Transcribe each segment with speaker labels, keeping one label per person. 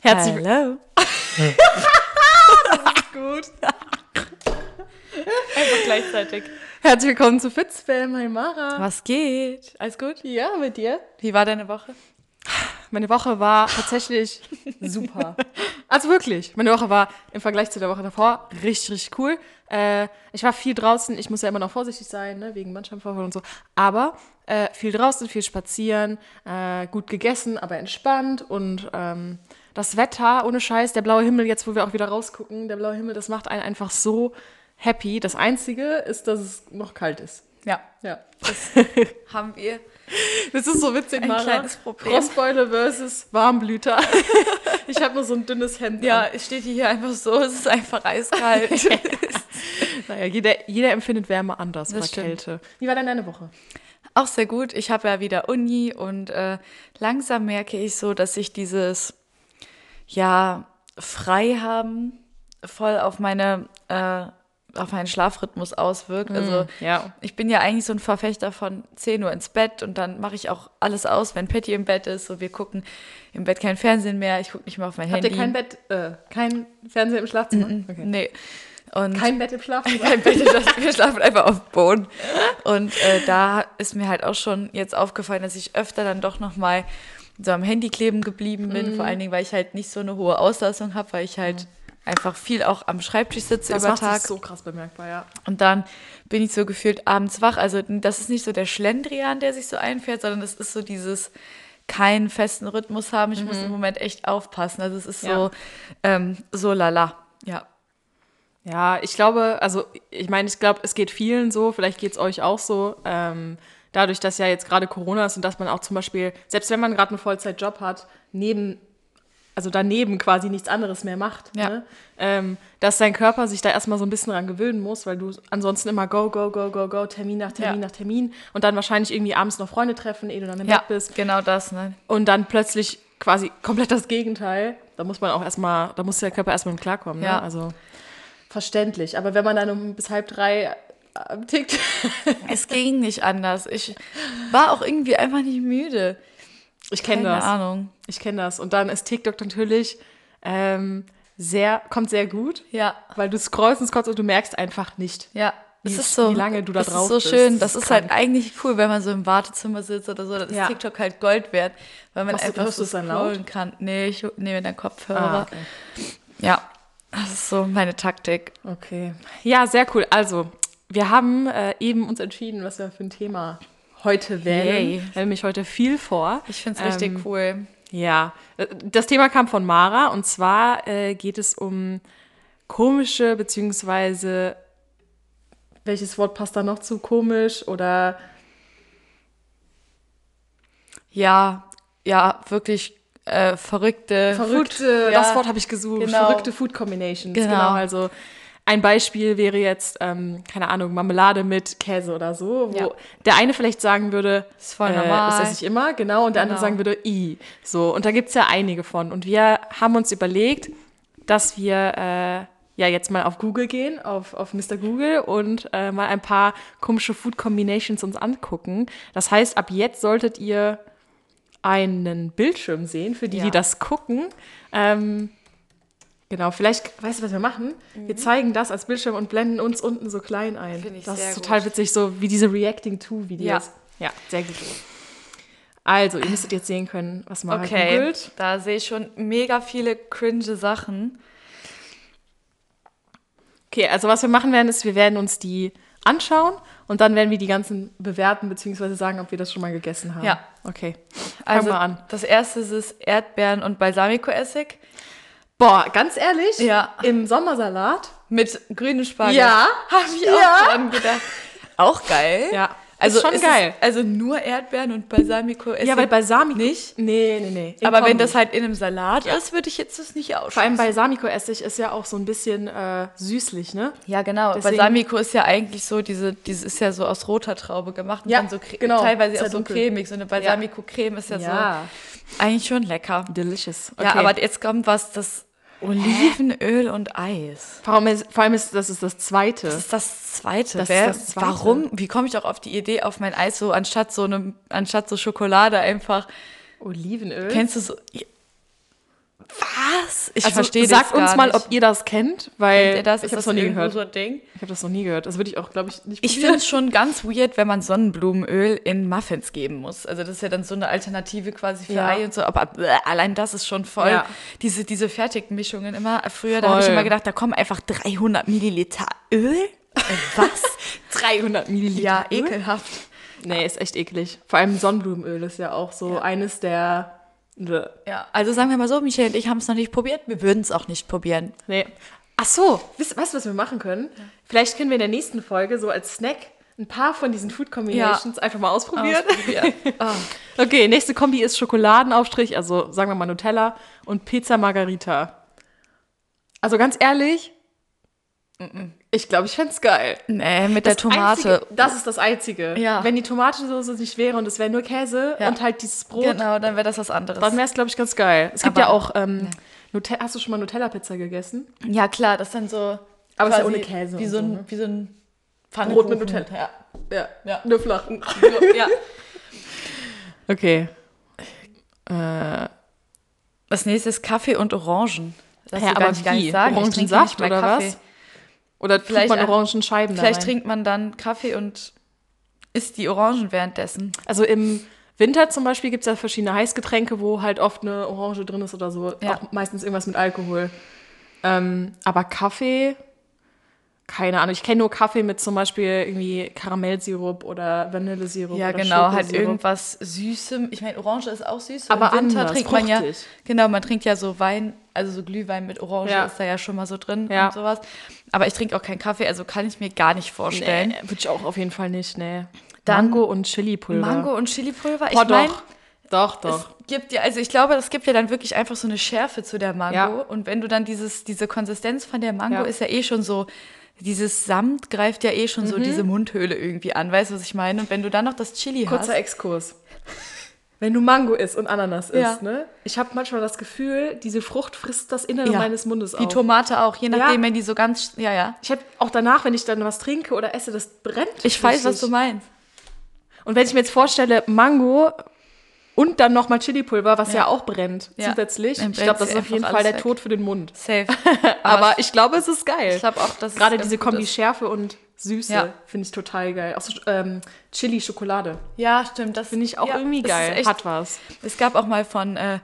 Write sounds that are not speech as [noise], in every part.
Speaker 1: Herzlich
Speaker 2: [laughs] Hallo.
Speaker 1: gut. [laughs] Einfach gleichzeitig.
Speaker 2: Herzlich willkommen zu Fitzfam, hi Mara.
Speaker 1: Was geht? Alles gut?
Speaker 2: Ja, mit dir?
Speaker 1: Wie war deine Woche?
Speaker 2: Meine Woche war tatsächlich super. Also wirklich, meine Woche war im Vergleich zu der Woche davor richtig, richtig cool. Äh, ich war viel draußen, ich muss ja immer noch vorsichtig sein, ne, wegen Mannschaftsverfolgung und so. Aber äh, viel draußen, viel spazieren, äh, gut gegessen, aber entspannt und ähm, das Wetter, ohne Scheiß, der blaue Himmel, jetzt wo wir auch wieder rausgucken, der blaue Himmel, das macht einen einfach so happy. Das Einzige ist, dass es noch kalt ist.
Speaker 1: Ja. [laughs]
Speaker 2: Ja.
Speaker 1: Haben wir.
Speaker 2: Das ist so witzig,
Speaker 1: Ein
Speaker 2: Mara.
Speaker 1: kleines Problem.
Speaker 2: Frostbeule versus Warmblüter. [laughs] Ich habe nur so ein dünnes Hemd.
Speaker 1: Ja,
Speaker 2: An.
Speaker 1: es steht hier einfach so, es ist einfach eiskalt. [laughs]
Speaker 2: Naja, jeder, jeder empfindet Wärme anders
Speaker 1: Das
Speaker 2: oder
Speaker 1: stimmt.
Speaker 2: Kälte. Wie war denn deine Woche?
Speaker 1: Auch sehr gut. Ich habe ja wieder Uni und äh, langsam merke ich so, dass ich dieses, ja, frei haben voll auf meine, äh, auf meinen Schlafrhythmus auswirkt. Also
Speaker 2: Mhm, ja.
Speaker 1: ich bin ja eigentlich so ein Verfechter von 10 Uhr ins Bett und dann mache ich auch alles aus, wenn Patty im Bett ist. So, wir gucken im Bett kein Fernsehen mehr, ich gucke nicht mehr auf mein
Speaker 2: Habt
Speaker 1: Handy.
Speaker 2: ihr kein Bett, äh, kein Fernseher im Schlafzimmer? Okay.
Speaker 1: Nee. Und
Speaker 2: Kein Bett im Schlafzimmer?
Speaker 1: kein Bett, das- wir schlafen einfach auf dem Boden. Und äh, da ist mir halt auch schon jetzt aufgefallen, dass ich öfter dann doch nochmal so am Handy kleben geblieben bin.
Speaker 2: Mhm.
Speaker 1: Vor allen Dingen, weil ich halt nicht so eine hohe Auslastung habe, weil ich halt einfach viel auch am Schreibtisch sitze
Speaker 2: das
Speaker 1: über
Speaker 2: macht
Speaker 1: Tag.
Speaker 2: sich so krass bemerkbar, ja.
Speaker 1: Und dann bin ich so gefühlt abends wach. Also das ist nicht so der Schlendrian, der sich so einfährt, sondern das ist so dieses keinen festen Rhythmus haben. Ich muss im Moment echt aufpassen. Also es ist
Speaker 2: Mhm. Ja.
Speaker 1: so, ähm, so lala. Ja.
Speaker 2: Ja, ich glaube, also ich meine, ich glaube, es geht vielen so, vielleicht geht's euch auch so. Ähm, dadurch, dass ja jetzt gerade Corona ist und dass man auch zum Beispiel, selbst wenn man gerade einen Vollzeitjob hat, neben, also daneben quasi nichts anderes mehr macht,
Speaker 1: Ja.
Speaker 2: ne? ähm, dass dein Körper sich da erstmal so ein bisschen dran gewöhnen muss, weil du ansonsten immer go, go, go, go, go, Termin nach Termin
Speaker 1: Ja.
Speaker 2: nach Termin und dann wahrscheinlich irgendwie abends noch Freunde treffen, ehe du dann im
Speaker 1: Ja,
Speaker 2: Bett bist
Speaker 1: genau das. Ne?
Speaker 2: und dann plötzlich quasi komplett das Gegenteil. Da muss man auch erstmal, da muss der Körper erstmal mit klarkommen.
Speaker 1: Ja.
Speaker 2: Ne? Also verständlich. Aber wenn man dann um bis halb drei äh, tickt,
Speaker 1: Es ging nicht anders. Ich war auch irgendwie einfach nicht müde.
Speaker 2: ich kenne
Speaker 1: Keine
Speaker 2: das.
Speaker 1: Ahnung.
Speaker 2: Ich kenne das. Und dann ist TikTok natürlich ähm, sehr, kommt sehr gut,
Speaker 1: Ja,
Speaker 2: weil du scrollst und scrollst und du merkst einfach nicht.
Speaker 1: ja.
Speaker 2: Wie
Speaker 1: es
Speaker 2: sch-
Speaker 1: ist so,
Speaker 2: wie lange du da
Speaker 1: das
Speaker 2: drauf
Speaker 1: ist so
Speaker 2: bist.
Speaker 1: schön.
Speaker 2: Das
Speaker 1: Das,
Speaker 2: ist
Speaker 1: ist halt eigentlich cool, wenn man so im Wartezimmer sitzt oder so. Dann ist
Speaker 2: Ja.
Speaker 1: TikTok halt Gold wert, weil man
Speaker 2: Machst du-
Speaker 1: einfach
Speaker 2: hörst
Speaker 1: so
Speaker 2: du es dann laut?
Speaker 1: scrollen kann. Nee, ich nehme dann Kopfhörer.
Speaker 2: Ah, okay.
Speaker 1: Ja, das ist so meine Taktik.
Speaker 2: okay. Ja, sehr cool. Also, wir haben äh, eben uns entschieden, was wir für ein Thema heute wählen.
Speaker 1: Yay.
Speaker 2: Wir haben nämlich heute viel vor.
Speaker 1: Ich finde es
Speaker 2: Ähm,
Speaker 1: richtig cool.
Speaker 2: Ja, äh, das Thema kam von Mara und zwar äh, geht es um komische beziehungsweise welches Wort passt da noch zu komisch oder
Speaker 1: Ja, ja, wirklich äh, verrückte.
Speaker 2: verrückte,
Speaker 1: äh, ja.
Speaker 2: das Wort habe ich gesucht,
Speaker 1: genau.
Speaker 2: verrückte Food Combinations.
Speaker 1: Genau.
Speaker 2: also ein Beispiel wäre jetzt, ähm, keine Ahnung, Marmelade mit Käse oder so, wo
Speaker 1: Ja.
Speaker 2: der eine vielleicht sagen würde, äh,
Speaker 1: Ist voll normal.
Speaker 2: das esse ich immer, genau, und der andere
Speaker 1: Genau.
Speaker 2: sagen würde, i. So, und da gibt es ja einige von. Und wir haben uns überlegt, dass wir äh, ja jetzt mal auf Google gehen, auf, auf Mr. Google und äh, mal ein paar komische Food Combinations uns angucken. Das heißt, ab jetzt solltet ihr einen Bildschirm sehen, für die,
Speaker 1: Ja.
Speaker 2: die das gucken. Ähm, genau, vielleicht, weißt du, was wir machen? Wir zeigen das als Bildschirm und blenden uns unten so klein ein.
Speaker 1: Mhm. Finde ich
Speaker 2: das
Speaker 1: sehr
Speaker 2: ist total
Speaker 1: gut.
Speaker 2: witzig, so wie diese Reacting-to-Videos. Ja. sehr gut. Also, ihr müsstet jetzt sehen können, was Mara
Speaker 1: Okay,
Speaker 2: googelt.
Speaker 1: da sehe ich schon mega viele cringe Sachen.
Speaker 2: Okay, also was wir machen werden, ist, wir werden uns die anschauen und dann werden wir die ganzen bewerten, beziehungsweise sagen, ob wir das schon mal gegessen haben.
Speaker 1: Ja.
Speaker 2: Okay. Fangen
Speaker 1: Also
Speaker 2: wir an.
Speaker 1: das erste ist es Erdbeeren und Balsamico-Essig
Speaker 2: Boah, ganz ehrlich,
Speaker 1: Ja.
Speaker 2: im Sommersalat.
Speaker 1: mit grünem Spargel. [laughs]
Speaker 2: Ja.
Speaker 1: habe ich auch
Speaker 2: Ja.
Speaker 1: dran gedacht. Auch geil.
Speaker 2: Ja,
Speaker 1: also
Speaker 2: ist schon
Speaker 1: es
Speaker 2: geil.
Speaker 1: also nur Erdbeeren und Balsamico-Essig.
Speaker 2: ja, weil Balsamico.
Speaker 1: nicht.
Speaker 2: Nee, nee, nee. Im
Speaker 1: Aber wenn
Speaker 2: Kombi.
Speaker 1: das halt in einem Salat ist, würde ich jetzt das nicht
Speaker 2: Vor allem
Speaker 1: ausschließen.
Speaker 2: Balsamico-Essig ist ja auch so ein bisschen äh, süßlich, ne?
Speaker 1: Ja, genau.
Speaker 2: Deswegen-
Speaker 1: Balsamico ist ja eigentlich so, diese, diese ist ja so aus roter Traube gemacht und
Speaker 2: Ja,
Speaker 1: dann so cre-
Speaker 2: genau.
Speaker 1: teilweise
Speaker 2: Ist
Speaker 1: auch
Speaker 2: ja
Speaker 1: so
Speaker 2: dunkel.
Speaker 1: cremig. So eine Balsamico-Creme ist ja,
Speaker 2: Also,
Speaker 1: so eigentlich schon lecker.
Speaker 2: Delicious. Okay.
Speaker 1: Ja, aber jetzt kommt was, das Olivenöl und Eis.
Speaker 2: vor allem, ist, vor allem ist das ist das Zweite.
Speaker 1: Das ist das Zweite.
Speaker 2: Das ist
Speaker 1: Wer,
Speaker 2: das Zweite.
Speaker 1: Warum? Wie komme ich auch auf die Idee, auf mein Eis so anstatt
Speaker 2: Hm?
Speaker 1: so einem, anstatt so Schokolade einfach?
Speaker 2: Olivenöl.
Speaker 1: Kennst du so? Was? Ich
Speaker 2: also
Speaker 1: verstehe das
Speaker 2: sagt
Speaker 1: gar
Speaker 2: uns mal,
Speaker 1: nicht.
Speaker 2: ob ihr das kennt, weil
Speaker 1: Kennt ihr das?
Speaker 2: ich
Speaker 1: Ist
Speaker 2: habe
Speaker 1: das
Speaker 2: noch nie
Speaker 1: irgendwo
Speaker 2: gehört.
Speaker 1: so ein Ding?
Speaker 2: Ich habe das noch nie gehört. Das würde ich auch, glaube ich, nicht
Speaker 1: Ich finde es schon ganz weird, wenn man Sonnenblumenöl in Muffins geben muss. Also das ist ja dann so eine Alternative quasi für
Speaker 2: Ja.
Speaker 1: Ei und so. Aber bäh, allein das ist schon voll.
Speaker 2: Ja.
Speaker 1: Diese, diese Fertigmischungen immer. Früher, da habe ich
Speaker 2: Voll.
Speaker 1: immer gedacht, da kommen einfach 300 Milliliter Öl. Äh, Was?
Speaker 2: 300 Milliliter.
Speaker 1: ja,
Speaker 2: Öl?
Speaker 1: ekelhaft.
Speaker 2: Nee, ist echt eklig. Vor allem Sonnenblumenöl ist ja auch so eines der.
Speaker 1: Ja, also sagen wir mal so, Michael und ich haben es noch nicht probiert. Wir würden es auch nicht probieren.
Speaker 2: Nee. Ach so, weißt weißt du, was wir machen können? Vielleicht können wir in der nächsten Folge so als Snack ein paar von diesen Food Combinations einfach mal ausprobieren. [laughs]
Speaker 1: Ah.
Speaker 2: Okay, nächste Kombi ist Schokoladenaufstrich, also sagen wir mal Nutella und Pizza Margarita. Also ganz ehrlich, ich glaube, ich fände es geil.
Speaker 1: Nee, mit der Tomate.
Speaker 2: Einzige, das ist das Einzige.
Speaker 1: Ja.
Speaker 2: Wenn die Tomatensoße nicht wäre und es wäre nur Käse
Speaker 1: Ja.
Speaker 2: und halt dieses Brot,
Speaker 1: Genau, dann wäre das was anderes.
Speaker 2: dann wäre es, glaube ich, ganz geil. Es gibt
Speaker 1: Aber-
Speaker 2: ja auch, ähm, Nute- hast du schon mal Nutella-Pizza gegessen?
Speaker 1: Ja, klar, das ist dann so.
Speaker 2: Aber ist ja
Speaker 1: quasi
Speaker 2: ohne Käse
Speaker 1: Wie
Speaker 2: und
Speaker 1: so
Speaker 2: so,
Speaker 1: ein,
Speaker 2: ne?
Speaker 1: wie so ein
Speaker 2: Brot mit
Speaker 1: Pfannkuchen.
Speaker 2: Nutella.
Speaker 1: Ja.
Speaker 2: Ja,
Speaker 1: Ja.
Speaker 2: Nur flachen. [laughs]
Speaker 1: ja.
Speaker 2: Okay.
Speaker 1: Das nächste ist Kaffee und Orangen. Das darfst
Speaker 2: Hä,
Speaker 1: du
Speaker 2: aber
Speaker 1: gar nicht, gar
Speaker 2: wie?
Speaker 1: nicht sagen. Ich trinke
Speaker 2: Orangensaft
Speaker 1: nicht mehr
Speaker 2: oder
Speaker 1: Kaffee.
Speaker 2: was? Oder tut
Speaker 1: Vielleicht
Speaker 2: man
Speaker 1: ein-
Speaker 2: Orangenscheiben da
Speaker 1: Vielleicht
Speaker 2: rein?
Speaker 1: trinkt man dann Kaffee und isst die Orangen währenddessen.
Speaker 2: Also im Winter zum Beispiel gibt es ja verschiedene Heißgetränke, wo halt oft eine Orange drin ist oder so.
Speaker 1: Ja.
Speaker 2: Auch meistens irgendwas mit Alkohol. Ähm, aber Kaffee, keine Ahnung. Ich kenne nur Kaffee mit zum Beispiel irgendwie Karamellsirup oder Vanillesirup.
Speaker 1: Ja,
Speaker 2: oder
Speaker 1: genau, halt
Speaker 2: Schokosirup.
Speaker 1: irgendwas Süßem. Ich meine, Orange ist auch süß.
Speaker 2: Aber
Speaker 1: Im Winter
Speaker 2: anders,
Speaker 1: trinkt man ja,
Speaker 2: fruchtig.
Speaker 1: genau, man trinkt ja so Wein, also so Glühwein mit Orange
Speaker 2: Ja.
Speaker 1: ist da ja schon mal so drin
Speaker 2: Ja.
Speaker 1: und sowas. Aber ich trinke auch keinen Kaffee, also kann ich mir gar nicht vorstellen.
Speaker 2: Nee, würde ich auch auf jeden Fall nicht, nee.
Speaker 1: Dann-
Speaker 2: Mango und Chili-Pulver.
Speaker 1: Mango und Chilipulver, ich
Speaker 2: Boah,
Speaker 1: meine,
Speaker 2: doch. Doch,
Speaker 1: es
Speaker 2: doch.
Speaker 1: gibt ja, also ich glaube, das gibt ja dann wirklich einfach so eine Schärfe zu der Mango.
Speaker 2: Ja.
Speaker 1: Und wenn du dann dieses, diese Konsistenz von der Mango
Speaker 2: Ja.
Speaker 1: ist ja eh schon so, dieses Samt greift ja eh schon
Speaker 2: Mhm.
Speaker 1: so diese Mundhöhle irgendwie an, weißt du, was ich meine? Und wenn du dann noch das Chili hast.
Speaker 2: Kurzer Exkurs. Wenn du Mango isst und Ananas isst,
Speaker 1: Ja.
Speaker 2: ne? Ich habe manchmal das Gefühl, diese Frucht frisst das Innere
Speaker 1: Ja.
Speaker 2: Äh, meines Mundes
Speaker 1: Die
Speaker 2: auf.
Speaker 1: Tomate auch, je nachdem,
Speaker 2: Ja.
Speaker 1: wenn die so ganz, ja, ja.
Speaker 2: ich habe auch danach, wenn ich dann was trinke oder esse, das brennt.
Speaker 1: Ich weiß, was
Speaker 2: richtig.
Speaker 1: du meinst.
Speaker 2: Und wenn ich mir jetzt vorstelle, Mango und dann nochmal Chili-Pulver, was ja. auch brennt
Speaker 1: Ja.
Speaker 2: zusätzlich.
Speaker 1: Dann
Speaker 2: Ich
Speaker 1: brennt's
Speaker 2: glaube, das ist auf
Speaker 1: einfach
Speaker 2: jeden Fall
Speaker 1: alles
Speaker 2: der
Speaker 1: weg.
Speaker 2: Tod für den Mund. [laughs]
Speaker 1: Safe.
Speaker 2: Aber, ich glaube, es ist geil.
Speaker 1: ich glaube auch, dass es
Speaker 2: Gerade
Speaker 1: ganz
Speaker 2: diese
Speaker 1: gut
Speaker 2: Kombi
Speaker 1: ist.
Speaker 2: Schärfe und Süße
Speaker 1: Ja.
Speaker 2: finde ich total geil. Auch so, ähm, Chili-Schokolade
Speaker 1: Ja, stimmt. Das
Speaker 2: finde ich auch
Speaker 1: ja,
Speaker 2: irgendwie
Speaker 1: das
Speaker 2: geil.
Speaker 1: Ist echt,
Speaker 2: Hat was.
Speaker 1: Es gab auch mal von äh,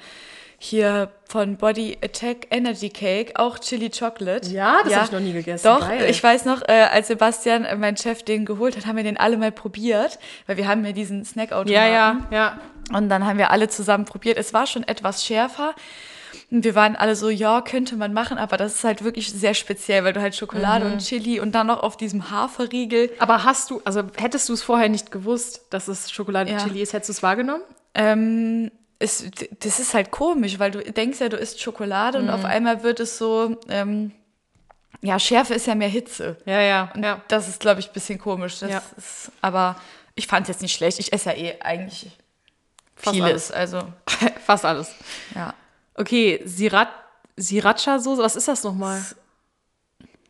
Speaker 1: hier von Body Attack Energy Cake auch Chili Chocolate.
Speaker 2: Ja, das hab ich noch nie gegessen.
Speaker 1: Doch,
Speaker 2: Geil.
Speaker 1: ich weiß noch, äh, als Sebastian, äh, mein Chef, den geholt hat, haben wir den alle mal probiert, weil wir haben ja diesen Snackautomaten.
Speaker 2: Ja, ja, ja.
Speaker 1: Und dann haben wir alle zusammen probiert. Es war schon etwas schärfer. Und wir waren alle so, ja, könnte man machen, aber das ist halt wirklich sehr speziell, weil du halt Schokolade
Speaker 2: Mhm.
Speaker 1: und Chili und dann noch auf diesem Haferriegel.
Speaker 2: Aber hast du, also hättest du es vorher nicht gewusst, dass es Schokolade und
Speaker 1: Ja.
Speaker 2: Chili ist, hättest du es wahrgenommen?
Speaker 1: Ähm, es, das ist halt komisch, weil du denkst ja, du isst Schokolade und
Speaker 2: Mhm.
Speaker 1: auf einmal wird es so, ähm, ja, Schärfe ist ja mehr Hitze.
Speaker 2: Ja, ja, ja.
Speaker 1: Das ist, glaube ich, ein bisschen komisch. Das
Speaker 2: Ja.
Speaker 1: ist, aber ich fand es jetzt nicht schlecht. Ich esse ja eh eigentlich
Speaker 2: Fast
Speaker 1: vieles. Also,
Speaker 2: Fast alles.
Speaker 1: ja.
Speaker 2: Okay, Sirat, Sriracha-Soße, was ist das nochmal?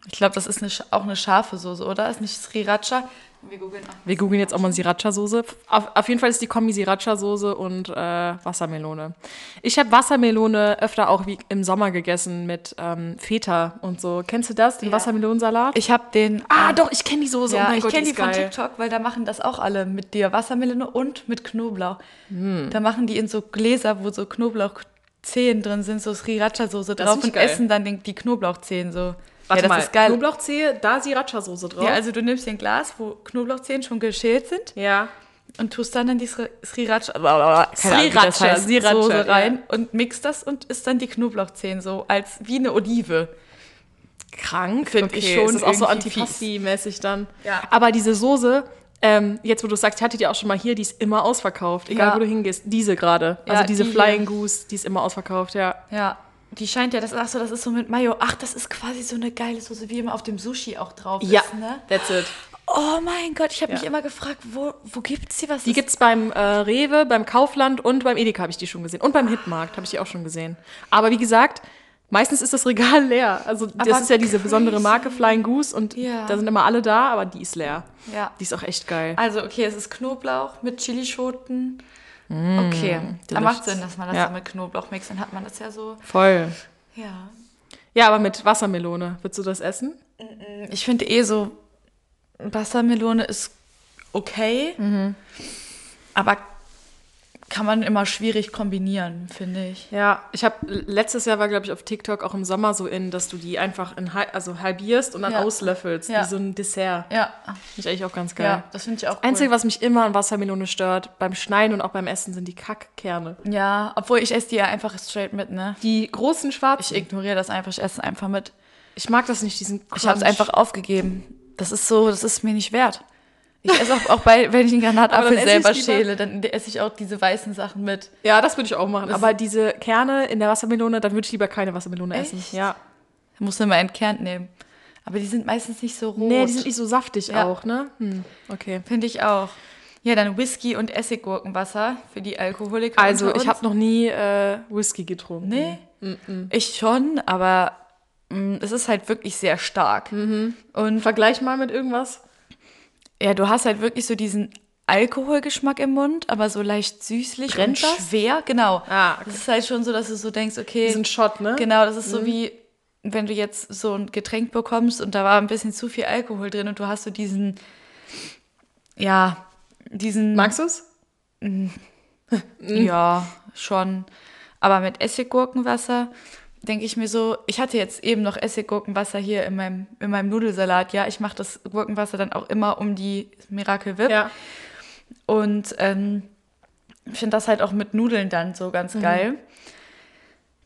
Speaker 1: Ich glaube, das ist eine, sch- auch eine scharfe Soße, oder? Ist nicht Sriracha? Wir googeln auch.
Speaker 2: Wir googeln jetzt auch mal Sriracha-Soße. Auf, auf jeden Fall ist die Kombi Sriracha-Soße und äh, Wassermelone. Ich habe Wassermelone öfter auch wie im Sommer gegessen mit ähm, Feta und so. Kennst du das, den
Speaker 1: Ja.
Speaker 2: Wassermelonensalat?
Speaker 1: Ich habe den.
Speaker 2: ah, doch, ich kenne die Soße. oh
Speaker 1: ja,
Speaker 2: mein
Speaker 1: ich
Speaker 2: Gott,
Speaker 1: kenne
Speaker 2: die
Speaker 1: die
Speaker 2: ist
Speaker 1: von
Speaker 2: geil.
Speaker 1: TikTok, weil da machen das auch alle mit dir. Wassermelone und mit Knoblauch.
Speaker 2: Hm.
Speaker 1: Da machen die in so Gläser, wo so Knoblauchzehen drin sind, so Sriracha-Soße
Speaker 2: Das
Speaker 1: drauf
Speaker 2: find ich
Speaker 1: und
Speaker 2: geil.
Speaker 1: essen dann den, die Knoblauchzehen so.
Speaker 2: Warte
Speaker 1: ja, das
Speaker 2: mal,
Speaker 1: ist geil.
Speaker 2: Knoblauchzehe, da Sriracha-Soße drauf.
Speaker 1: Ja, also du nimmst dir ein Glas, wo Knoblauchzehen schon geschält sind
Speaker 2: ja.
Speaker 1: und tust dann in die Sri- Sriracha, keine Ahnung, wie das
Speaker 2: Sriracha,
Speaker 1: heißt,
Speaker 2: Sriracha,
Speaker 1: Soße
Speaker 2: ja.
Speaker 1: rein und mixt das und isst dann die Knoblauchzehen so als wie eine Olive.
Speaker 2: krank,
Speaker 1: Find ich schon
Speaker 2: Es ist auch so
Speaker 1: irgendwie fies.
Speaker 2: Antipasti-mäßig dann.
Speaker 1: Ja.
Speaker 2: Aber diese Soße, ähm, jetzt wo du es sagst, ich hatte die auch schon mal hier, die ist immer ausverkauft, egal
Speaker 1: Ja.
Speaker 2: wo du hingehst. Diese gerade,
Speaker 1: Ja,
Speaker 2: also diese
Speaker 1: die
Speaker 2: Flying Goose, die ist immer ausverkauft, ja.
Speaker 1: Ja, die scheint ja, das, ach so, das ist so mit Mayo. Ach, das ist quasi so eine geile Soße, wie immer auf dem Sushi auch drauf ist, ne?
Speaker 2: that's it.
Speaker 1: Oh mein Gott, ich habe
Speaker 2: Ja.
Speaker 1: mich immer gefragt, wo, wo gibt's die was?
Speaker 2: Die
Speaker 1: ist-
Speaker 2: gibt's beim äh, Rewe, beim Kaufland und beim Edeka habe ich die schon gesehen. Und beim Hitmarkt habe ich die auch schon gesehen. Aber wie gesagt, meistens ist das Regal [laughs] leer. Also das
Speaker 1: Aber
Speaker 2: ist ja diese besondere
Speaker 1: crazy.
Speaker 2: Marke Flying Goose und
Speaker 1: Ja.
Speaker 2: da sind immer alle da, aber die ist leer.
Speaker 1: Ja.
Speaker 2: Die ist auch echt geil.
Speaker 1: Also, okay, es ist Knoblauch mit Chilischoten, Okay, dann macht
Speaker 2: delicious.
Speaker 1: Sinn, dass man das
Speaker 2: Ja.
Speaker 1: dann mit Knoblauch mixt. Dann hat man das ja so.
Speaker 2: Voll.
Speaker 1: Ja.
Speaker 2: Ja, aber mit Wassermelone. Würdest du das essen?
Speaker 1: Ich finde eh so, Wassermelone ist okay, aber kann man immer schwierig kombinieren, finde ich.
Speaker 2: Ja, ich habe letztes Jahr war glaube ich auf TikTok auch im Sommer so in, dass du die einfach in, hal- also halbierst und dann
Speaker 1: Ja.
Speaker 2: auslöffelst,
Speaker 1: Ja.
Speaker 2: wie so ein Dessert.
Speaker 1: Ja,
Speaker 2: Finde ich eigentlich auch ganz geil.
Speaker 1: ja das finde ich auch cool.
Speaker 2: Einzige, was mich immer an Wassermelone stört, beim Schneiden und auch beim Essen, sind die Kackkerne.
Speaker 1: ja, obwohl ich esse die ja einfach straight mit, ne?
Speaker 2: Die großen
Speaker 1: Ich
Speaker 2: schwarzen. Ich,
Speaker 1: ignoriere das einfach, ich esse es einfach mit.
Speaker 2: mag das nicht, diesen Crunch.
Speaker 1: Ich habe es einfach aufgegeben. Das ist so, das ist mir nicht wert. Ich esse auch, auch bei, [laughs] wenn ich einen
Speaker 2: Aber
Speaker 1: Granatapfel
Speaker 2: dann esse
Speaker 1: selber
Speaker 2: ich's lieber.
Speaker 1: schäle, dann esse ich auch diese weißen Sachen mit.
Speaker 2: Ja, das würde ich auch machen.
Speaker 1: Das-
Speaker 2: Aber diese Kerne in der Wassermelone, dann würde ich lieber keine Wassermelone
Speaker 1: Echt?
Speaker 2: essen. Ja.
Speaker 1: Muss nur mal entkernt nehmen. Aber die sind meistens nicht so rot.
Speaker 2: Nee, die sind nicht so saftig
Speaker 1: Ja.
Speaker 2: auch, ne? Hm, okay.
Speaker 1: Finde ich auch. Ja, dann Whisky und Essiggurkenwasser für die Alkoholiker.
Speaker 2: Also,
Speaker 1: unter
Speaker 2: ich Mm,
Speaker 1: uns.
Speaker 2: habe noch nie äh, Whisky getrunken.
Speaker 1: Nee, ich schon, aber mm, es ist halt wirklich sehr stark.
Speaker 2: Mhm. Und vergleich mal mit irgendwas.
Speaker 1: Ja, du hast halt wirklich so diesen Alkoholgeschmack im Mund, aber so leicht süßlich und
Speaker 2: Brennt das?
Speaker 1: schwer. Genau.
Speaker 2: Ah, okay.
Speaker 1: Es ist halt schon so, dass du so denkst, okay,
Speaker 2: Diesen Shot, ne?
Speaker 1: Genau, das ist so wie, wenn du jetzt so ein Getränk bekommst und da war ein bisschen zu viel Alkohol drin und du hast so diesen, ja, diesen,
Speaker 2: Magst du es?
Speaker 1: ja, schon. Aber mit Essiggurkenwasser denke ich mir so, ich hatte jetzt eben noch Essiggurkenwasser hier in meinem, in meinem Nudelsalat, ja, ich mache das Gurkenwasser dann auch immer um die Miracle Whip
Speaker 2: Ja.
Speaker 1: und ähm, ich finde das halt auch mit Nudeln dann so ganz geil.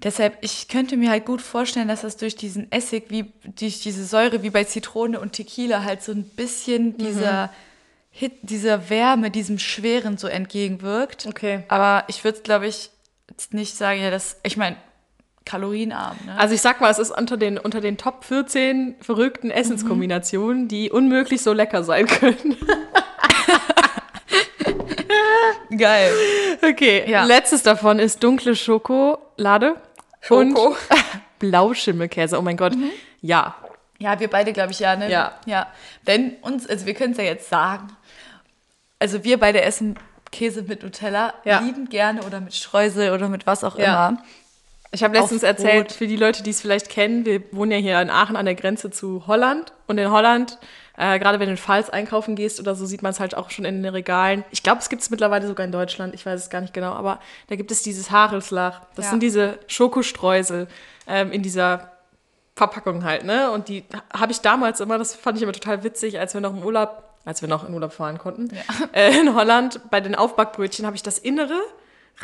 Speaker 1: Deshalb, ich könnte mir halt gut vorstellen, dass das durch diesen Essig, wie durch diese Säure, wie bei Zitrone und Tequila, halt so ein bisschen dieser Hit, dieser Wärme, diesem Schweren so entgegenwirkt.
Speaker 2: Okay.
Speaker 1: Aber ich würde es, glaube ich, jetzt nicht sagen, ja, das, ich meine, kalorienarm, ne?
Speaker 2: Also ich sag mal, es ist unter den, unter den Top 14 verrückten Essenskombinationen, die unmöglich so lecker sein können.
Speaker 1: geil.
Speaker 2: [laughs] Okay,
Speaker 1: Ja.
Speaker 2: letztes davon ist dunkle Schokolade
Speaker 1: Schoko.
Speaker 2: und [laughs] Blauschimmelkäse. Oh mein Gott, ja.
Speaker 1: Ja, wir beide, glaube ich, ja, ne?
Speaker 2: Ja.
Speaker 1: Ja. Wenn uns, also wir können es ja jetzt sagen. Also wir beide essen Käse mit Nutella,
Speaker 2: Ja.
Speaker 1: lieben gerne oder mit Streusel oder mit was auch
Speaker 2: Ja.
Speaker 1: immer.
Speaker 2: Ich habe letztens
Speaker 1: Auf
Speaker 2: erzählt,
Speaker 1: Brot.
Speaker 2: für die Leute, die es vielleicht kennen, wir wohnen ja hier in Aachen an der Grenze zu Holland. Und in Holland, äh, gerade wenn du in Pfalz einkaufen gehst oder so, sieht man es halt auch schon in den Regalen. Ich glaube, es gibt es mittlerweile sogar in Deutschland, ich weiß es gar nicht genau, aber da gibt es dieses Haarelslach. Das
Speaker 1: Ja.
Speaker 2: sind diese Schokostreusel ähm, in dieser Verpackung halt, ne? Und die habe ich damals immer, das fand ich immer total witzig, als wir noch im Urlaub, als wir noch in Urlaub fahren konnten, [laughs] äh, in Holland, bei den Aufbackbrötchen habe ich das Innere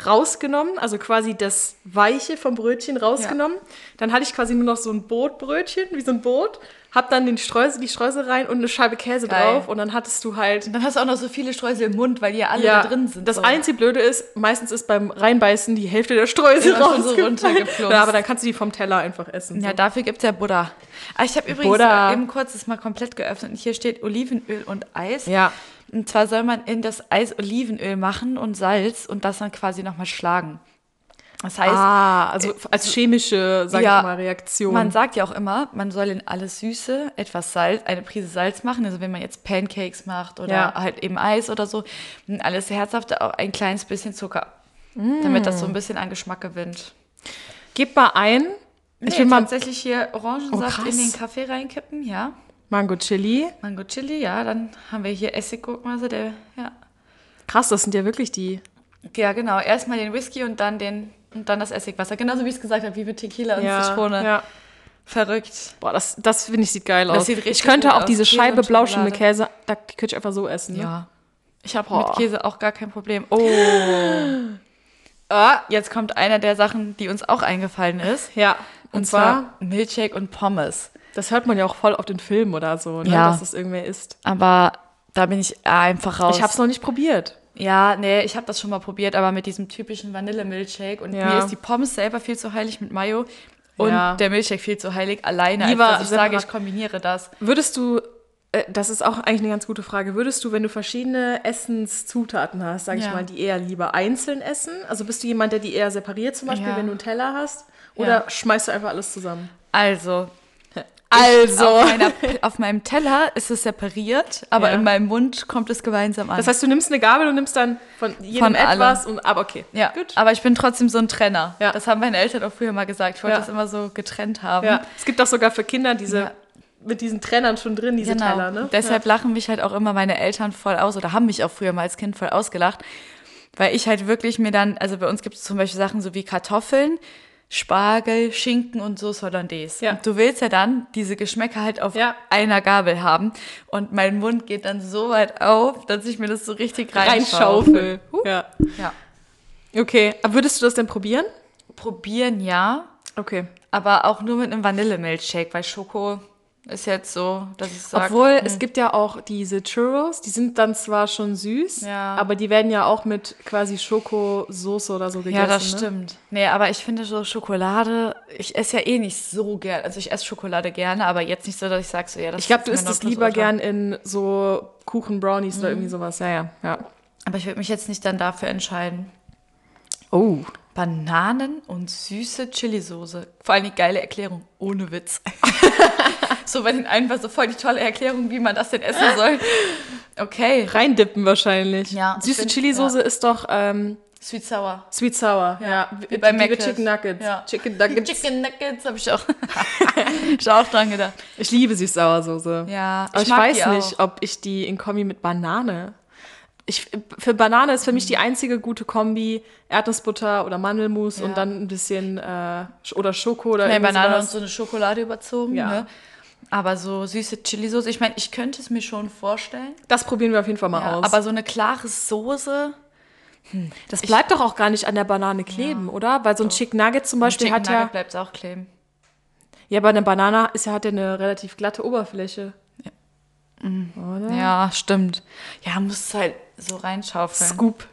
Speaker 2: rausgenommen, also quasi das Weiche vom Brötchen rausgenommen. Dann hatte ich quasi nur noch so ein Brotbrötchen, wie so ein Brot, hab dann den Streusel, die Streusel rein und eine Scheibe Käse
Speaker 1: Geil.
Speaker 2: drauf und dann hattest du halt
Speaker 1: Und dann hast du auch noch so viele Streusel im Mund, weil die ja alle da drin sind.
Speaker 2: das
Speaker 1: so.
Speaker 2: einzige Blöde ist, meistens ist beim Reinbeißen die Hälfte der Streusel
Speaker 1: Immer schon so
Speaker 2: [laughs] rausgefallen.
Speaker 1: runtergeplumpst.
Speaker 2: Ja, aber dann kannst du die vom Teller einfach essen.
Speaker 1: Ja, dafür gibt es ja Buddha. Ah, ich habe übrigens
Speaker 2: Buddha.
Speaker 1: eben kurz das mal komplett geöffnet und hier steht Olivenöl und Eis.
Speaker 2: Ja.
Speaker 1: Und zwar soll man in das Eis Olivenöl machen und Salz und das dann quasi nochmal schlagen. Das heißt,
Speaker 2: Ah, also als chemische, sag
Speaker 1: Äh, Ja.
Speaker 2: ich mal, Reaktion.
Speaker 1: Man sagt ja auch immer, man soll in alles Süße etwas Salz, eine Prise Salz machen. Also wenn man jetzt Pancakes macht oder
Speaker 2: Ja.
Speaker 1: halt eben Eis oder so, in alles Herzhafte auch ein kleines bisschen Zucker,
Speaker 2: Mm.
Speaker 1: damit das so ein bisschen an Geschmack gewinnt.
Speaker 2: Gib mal ein.
Speaker 1: Nee,
Speaker 2: ich will mal
Speaker 1: tatsächlich hier Orangensaft
Speaker 2: Oh, krass.
Speaker 1: in den Kaffee reinkippen, ja.
Speaker 2: Mango Chili.
Speaker 1: Mango Chili, ja. Dann haben wir hier Essiggurkenmasse, der, ja.
Speaker 2: Krass, das sind ja wirklich die.
Speaker 1: Ja, genau. Erstmal den Whisky und dann den und dann das Essigwasser. Genauso wie ich es gesagt habe, wie mit Tequila und Zitrone.
Speaker 2: ja.
Speaker 1: Verrückt.
Speaker 2: Boah, das, das finde ich sieht geil aus.
Speaker 1: Das sieht richtig
Speaker 2: ich könnte
Speaker 1: gut
Speaker 2: auch
Speaker 1: aus.
Speaker 2: diese
Speaker 1: Käse
Speaker 2: Scheibe
Speaker 1: und Schokolade.
Speaker 2: blauschimmelkäse, Käse, da, die könnte ich einfach so essen. Ne?
Speaker 1: Ja. Ich habe
Speaker 2: Boah.
Speaker 1: mit Käse auch gar kein Problem.
Speaker 2: [gasps]
Speaker 1: Oh. Ah, jetzt kommt einer der Sachen, die uns auch eingefallen ist.
Speaker 2: Ja. Und,
Speaker 1: Und
Speaker 2: zwar,
Speaker 1: zwar Milkshake und Pommes.
Speaker 2: das hört man ja auch voll auf den Filmen oder so, ne?
Speaker 1: Ja.
Speaker 2: dass das irgendwer isst.
Speaker 1: Aber da bin ich einfach raus.
Speaker 2: Ich habe es noch nicht probiert.
Speaker 1: ja, nee, ich habe das schon mal probiert, aber mit diesem typischen Vanille-Milkshake. Und
Speaker 2: Ja.
Speaker 1: mir ist die Pommes selber viel zu heilig mit Mayo und
Speaker 2: Ja.
Speaker 1: der Milkshake viel zu heilig alleine.
Speaker 2: Lieber
Speaker 1: als dass ich sage,
Speaker 2: separat.
Speaker 1: ich kombiniere das.
Speaker 2: Würdest du, äh, das ist auch eigentlich eine ganz gute Frage, würdest du, wenn du verschiedene Essenszutaten hast, sage ich
Speaker 1: Ja.
Speaker 2: mal, die eher lieber einzeln essen? Also bist du jemand, der die eher separiert, zum Beispiel,
Speaker 1: Ja.
Speaker 2: wenn du einen Teller hast? Oder
Speaker 1: Ja.
Speaker 2: schmeißt du einfach alles zusammen?
Speaker 1: Also,
Speaker 2: [laughs] Also.
Speaker 1: Auf, meiner, auf meinem Teller ist es separiert, aber
Speaker 2: Ja.
Speaker 1: in meinem Mund kommt es gemeinsam an.
Speaker 2: Das heißt, du nimmst eine Gabel und nimmst dann von jedem
Speaker 1: Von allem.
Speaker 2: etwas und aber okay.
Speaker 1: ja,
Speaker 2: Gut.
Speaker 1: aber ich bin trotzdem so ein Trenner.
Speaker 2: Ja.
Speaker 1: Das haben meine Eltern auch früher mal gesagt. Ich wollte
Speaker 2: Ja.
Speaker 1: das immer so getrennt haben.
Speaker 2: Ja. mhm. Es gibt auch sogar für Kinder diese
Speaker 1: Ja.
Speaker 2: mit diesen Trennern schon drin, diese
Speaker 1: Genau.
Speaker 2: Teller, ne?
Speaker 1: Deshalb lachen mich halt auch immer meine Eltern voll aus oder haben mich auch früher mal als Kind voll ausgelacht, weil ich halt wirklich mir dann, also bei uns gibt es zum Beispiel Sachen so wie Kartoffeln, Spargel, Schinken und Soße Hollandaise.
Speaker 2: Ja.
Speaker 1: Und du willst ja dann diese Geschmäcker halt auf
Speaker 2: Ja.
Speaker 1: einer Gabel haben. Und mein Mund geht dann so weit auf, dass ich mir das so richtig
Speaker 2: ja.
Speaker 1: reinschaufel.
Speaker 2: reinschaufel. Ja.
Speaker 1: Ja.
Speaker 2: Okay, aber würdest du das denn probieren?
Speaker 1: Probieren ja,
Speaker 2: Okay.
Speaker 1: aber auch nur mit einem Vanillemilchshake, weil Schoko ist jetzt so, dass hm, ich sage.
Speaker 2: Obwohl, es gibt ja auch diese Churros, die sind dann zwar schon süß,
Speaker 1: Ja.
Speaker 2: aber die werden ja auch mit quasi Schokosoße oder so gegessen.
Speaker 1: Ja, das
Speaker 2: ne?
Speaker 1: stimmt. Nee, aber ich finde so Schokolade, ich esse ja eh nicht so gern. Also ich esse Schokolade gerne, aber jetzt nicht so, dass ich sage, so ja, das
Speaker 2: Ich glaube, du
Speaker 1: mein
Speaker 2: isst es
Speaker 1: Nonplusultra.
Speaker 2: lieber gern in so Kuchen, Brownies
Speaker 1: Mhm.
Speaker 2: oder irgendwie sowas. Ja, ja, ja.
Speaker 1: Aber ich würde mich jetzt nicht dann dafür entscheiden.
Speaker 2: Oh.
Speaker 1: Bananen und süße Chili-Soße. Vor allem die geile Erklärung, ohne Witz. [laughs] so bei den einen war so voll die tolle Erklärung, wie man das denn essen soll. Okay.
Speaker 2: Reindippen wahrscheinlich.
Speaker 1: Ja, ich
Speaker 2: Süße
Speaker 1: find-
Speaker 2: Chili-Soße ist doch ähm,
Speaker 1: Sweet Sour.
Speaker 2: Sweet Sour. Ja,
Speaker 1: wie bei
Speaker 2: die mit
Speaker 1: Mc's.
Speaker 2: Chicken Nuggets.
Speaker 1: Ja.
Speaker 2: Chicken Nuggets.
Speaker 1: [laughs] Chicken Nuggets habe ich auch. [laughs] ich auch dran gedacht.
Speaker 2: Ich liebe Süß-Sauersoße.
Speaker 1: Ja,
Speaker 2: Aber
Speaker 1: ich
Speaker 2: ich,
Speaker 1: mag die
Speaker 2: weiß nicht,
Speaker 1: auch.
Speaker 2: ob ich die in Kombi mit Banane. Ich, für Banane ist für mich die einzige gute Kombi Erdnussbutter oder Mandelmus
Speaker 1: Ja.
Speaker 2: und dann ein bisschen äh, Sch- oder Schoko oder
Speaker 1: Nee,
Speaker 2: irgendwie
Speaker 1: Banane und
Speaker 2: sowas.
Speaker 1: so eine Schokolade überzogen.
Speaker 2: Ja.
Speaker 1: Ne? Aber so süße Chili-Soße, ich meine, ich könnte es mir schon vorstellen.
Speaker 2: Das probieren wir auf jeden Fall mal
Speaker 1: Ja,
Speaker 2: aus.
Speaker 1: aber so eine klare Soße, hm,
Speaker 2: das bleibt doch auch gar nicht an der Banane kleben, oder? Weil so ein Chicken Nugget zum Beispiel
Speaker 1: Chicken
Speaker 2: hat
Speaker 1: Nugget
Speaker 2: ja
Speaker 1: bleibt es auch kleben.
Speaker 2: Ja, aber eine Banane ist ja, hat ja eine relativ glatte Oberfläche.
Speaker 1: Ja, stimmt. Ja, musst du halt so reinschaufeln.
Speaker 2: Scoop.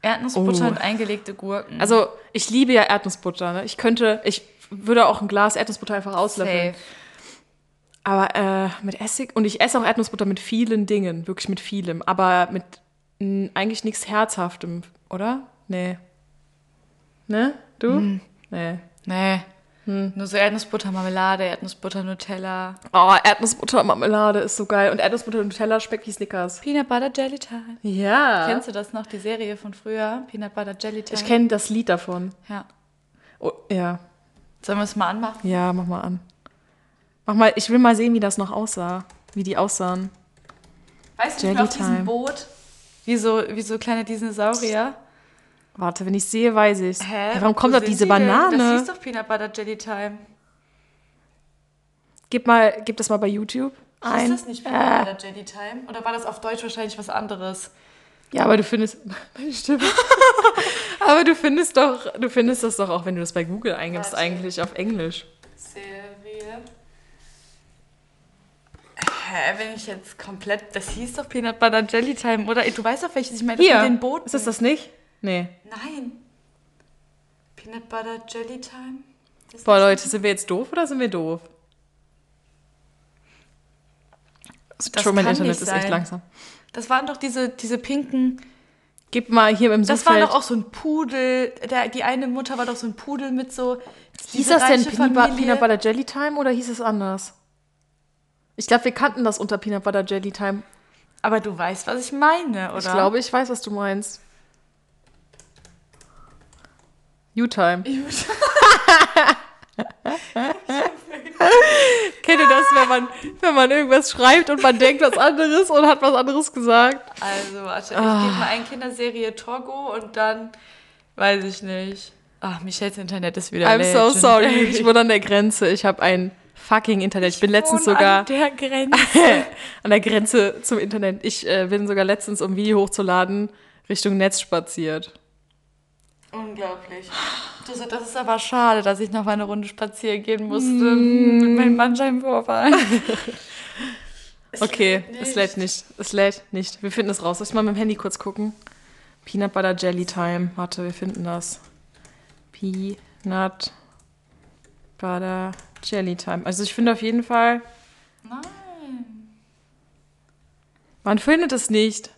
Speaker 1: Erdnussbutter
Speaker 2: Oh.
Speaker 1: und eingelegte Gurken.
Speaker 2: Also, ich liebe ja Erdnussbutter. Ne? Ich könnte, ich würde auch ein Glas Erdnussbutter einfach auslöffeln.
Speaker 1: Safe.
Speaker 2: Aber äh, mit Essig. Und ich esse auch Erdnussbutter mit vielen Dingen. Wirklich mit vielem. Aber mit mh, eigentlich nichts Herzhaftem, oder? Nee. Ne? Du?
Speaker 1: Mhm.
Speaker 2: Nee.
Speaker 1: Nee.
Speaker 2: Hm.
Speaker 1: Nur so Erdnussbutter, Marmelade, Erdnussbutter, Nutella.
Speaker 2: Oh, Erdnussbutter und Marmelade ist so geil. Und Erdnussbutter und Nutella schmeckt wie Snickers.
Speaker 1: Peanut Butter Jelly Time.
Speaker 2: Ja.
Speaker 1: Kennst du das noch, die Serie von früher? Peanut Butter Jelly Time.
Speaker 2: ich kenne das Lied davon.
Speaker 1: Ja.
Speaker 2: Oh, ja.
Speaker 1: Sollen wir es mal anmachen?
Speaker 2: Ja, mach mal an. Mach mal, ich will mal sehen, wie das noch aussah. Wie die aussahen.
Speaker 1: Weißt du,
Speaker 2: Jelly
Speaker 1: ich bin auf diesem
Speaker 2: Time.
Speaker 1: Boot. Wie so, wie so kleine Dinosaurier.
Speaker 2: Warte, wenn ich sehe, weiß ich's. Hä? warum kommt
Speaker 1: Wo
Speaker 2: da
Speaker 1: sind
Speaker 2: diese
Speaker 1: die denn? Das
Speaker 2: Banane?
Speaker 1: hieß doch Peanut Butter Jelly Time.
Speaker 2: Gib mal, gib das mal bei YouTube
Speaker 1: Ist
Speaker 2: ein. Äh.
Speaker 1: das nicht Peanut Butter Jelly Time? Oder war das auf Deutsch wahrscheinlich was anderes?
Speaker 2: Ja, aber du findest [laughs]
Speaker 1: [laughs]
Speaker 2: meine Stimme. aber du findest doch, du findest das doch auch, wenn du das bei Google eingibst,
Speaker 1: Warte.
Speaker 2: eigentlich auf Englisch.
Speaker 1: Serie. Hä, wenn ich jetzt komplett. Das hieß doch Peanut Butter Jelly Time, oder? Du weißt doch, welches ich meine.
Speaker 2: Hier.
Speaker 1: Das mit den Booten.
Speaker 2: Ist das das nicht? Nee.
Speaker 1: Nein. Peanut Butter Jelly Time? Das
Speaker 2: Boah,
Speaker 1: ist-
Speaker 2: Leute, sind wir jetzt doof oder sind wir doof?
Speaker 1: Also Das
Speaker 2: Schon mein
Speaker 1: kann
Speaker 2: Internet
Speaker 1: nicht
Speaker 2: ist echt
Speaker 1: sein.
Speaker 2: langsam.
Speaker 1: Das waren doch diese, diese pinken.
Speaker 2: Gib mal hier im
Speaker 1: Das war
Speaker 2: Suchfeld-
Speaker 1: doch auch so ein Pudel. Der, die eine Mutter war doch so ein Pudel mit so.
Speaker 2: Hieß
Speaker 1: diese
Speaker 2: das denn
Speaker 1: reiche
Speaker 2: Peanut, Bu-
Speaker 1: Familie.
Speaker 2: Peanut Butter Jelly Time oder hieß es anders? Ich glaube, wir kannten das unter Peanut Butter Jelly Time.
Speaker 1: Aber du weißt, was ich meine, oder?
Speaker 2: Ich glaube, ich weiß, was du meinst. You Time. Kennt ihr das, wenn man, wenn man irgendwas schreibt und man denkt was anderes und hat was anderes gesagt?
Speaker 1: [laughs] Also, warte, ich
Speaker 2: Ah.
Speaker 1: gebe mal ein Kinderserie Togo und dann weiß ich nicht. Ach, Michelles Internet ist wieder
Speaker 2: I'm so
Speaker 1: legendary.
Speaker 2: sorry. [laughs] Ich wohne an der Grenze. Ich habe ein fucking Internet. Ich bin letztens
Speaker 1: Wohne
Speaker 2: sogar.
Speaker 1: An der Grenze.
Speaker 2: [laughs] an der Grenze zum Internet. Ich äh, bin sogar letztens, um ein Video hochzuladen, Richtung Netz spaziert.
Speaker 1: Unglaublich. Das, das ist aber schade, dass ich noch mal eine Runde spazieren gehen musste
Speaker 2: Mm.
Speaker 1: mit meinem
Speaker 2: [laughs]
Speaker 1: Bandscheibenvorfall.
Speaker 2: okay, es lädt nicht. Es lädt nicht. Wir finden es raus. Soll ich mal mit dem Handy kurz gucken? Peanut Butter Jelly Time. Warte, wir finden das. Peanut Butter Jelly Time. Also ich finde auf jeden Fall.
Speaker 1: Nein.
Speaker 2: Man findet es nicht.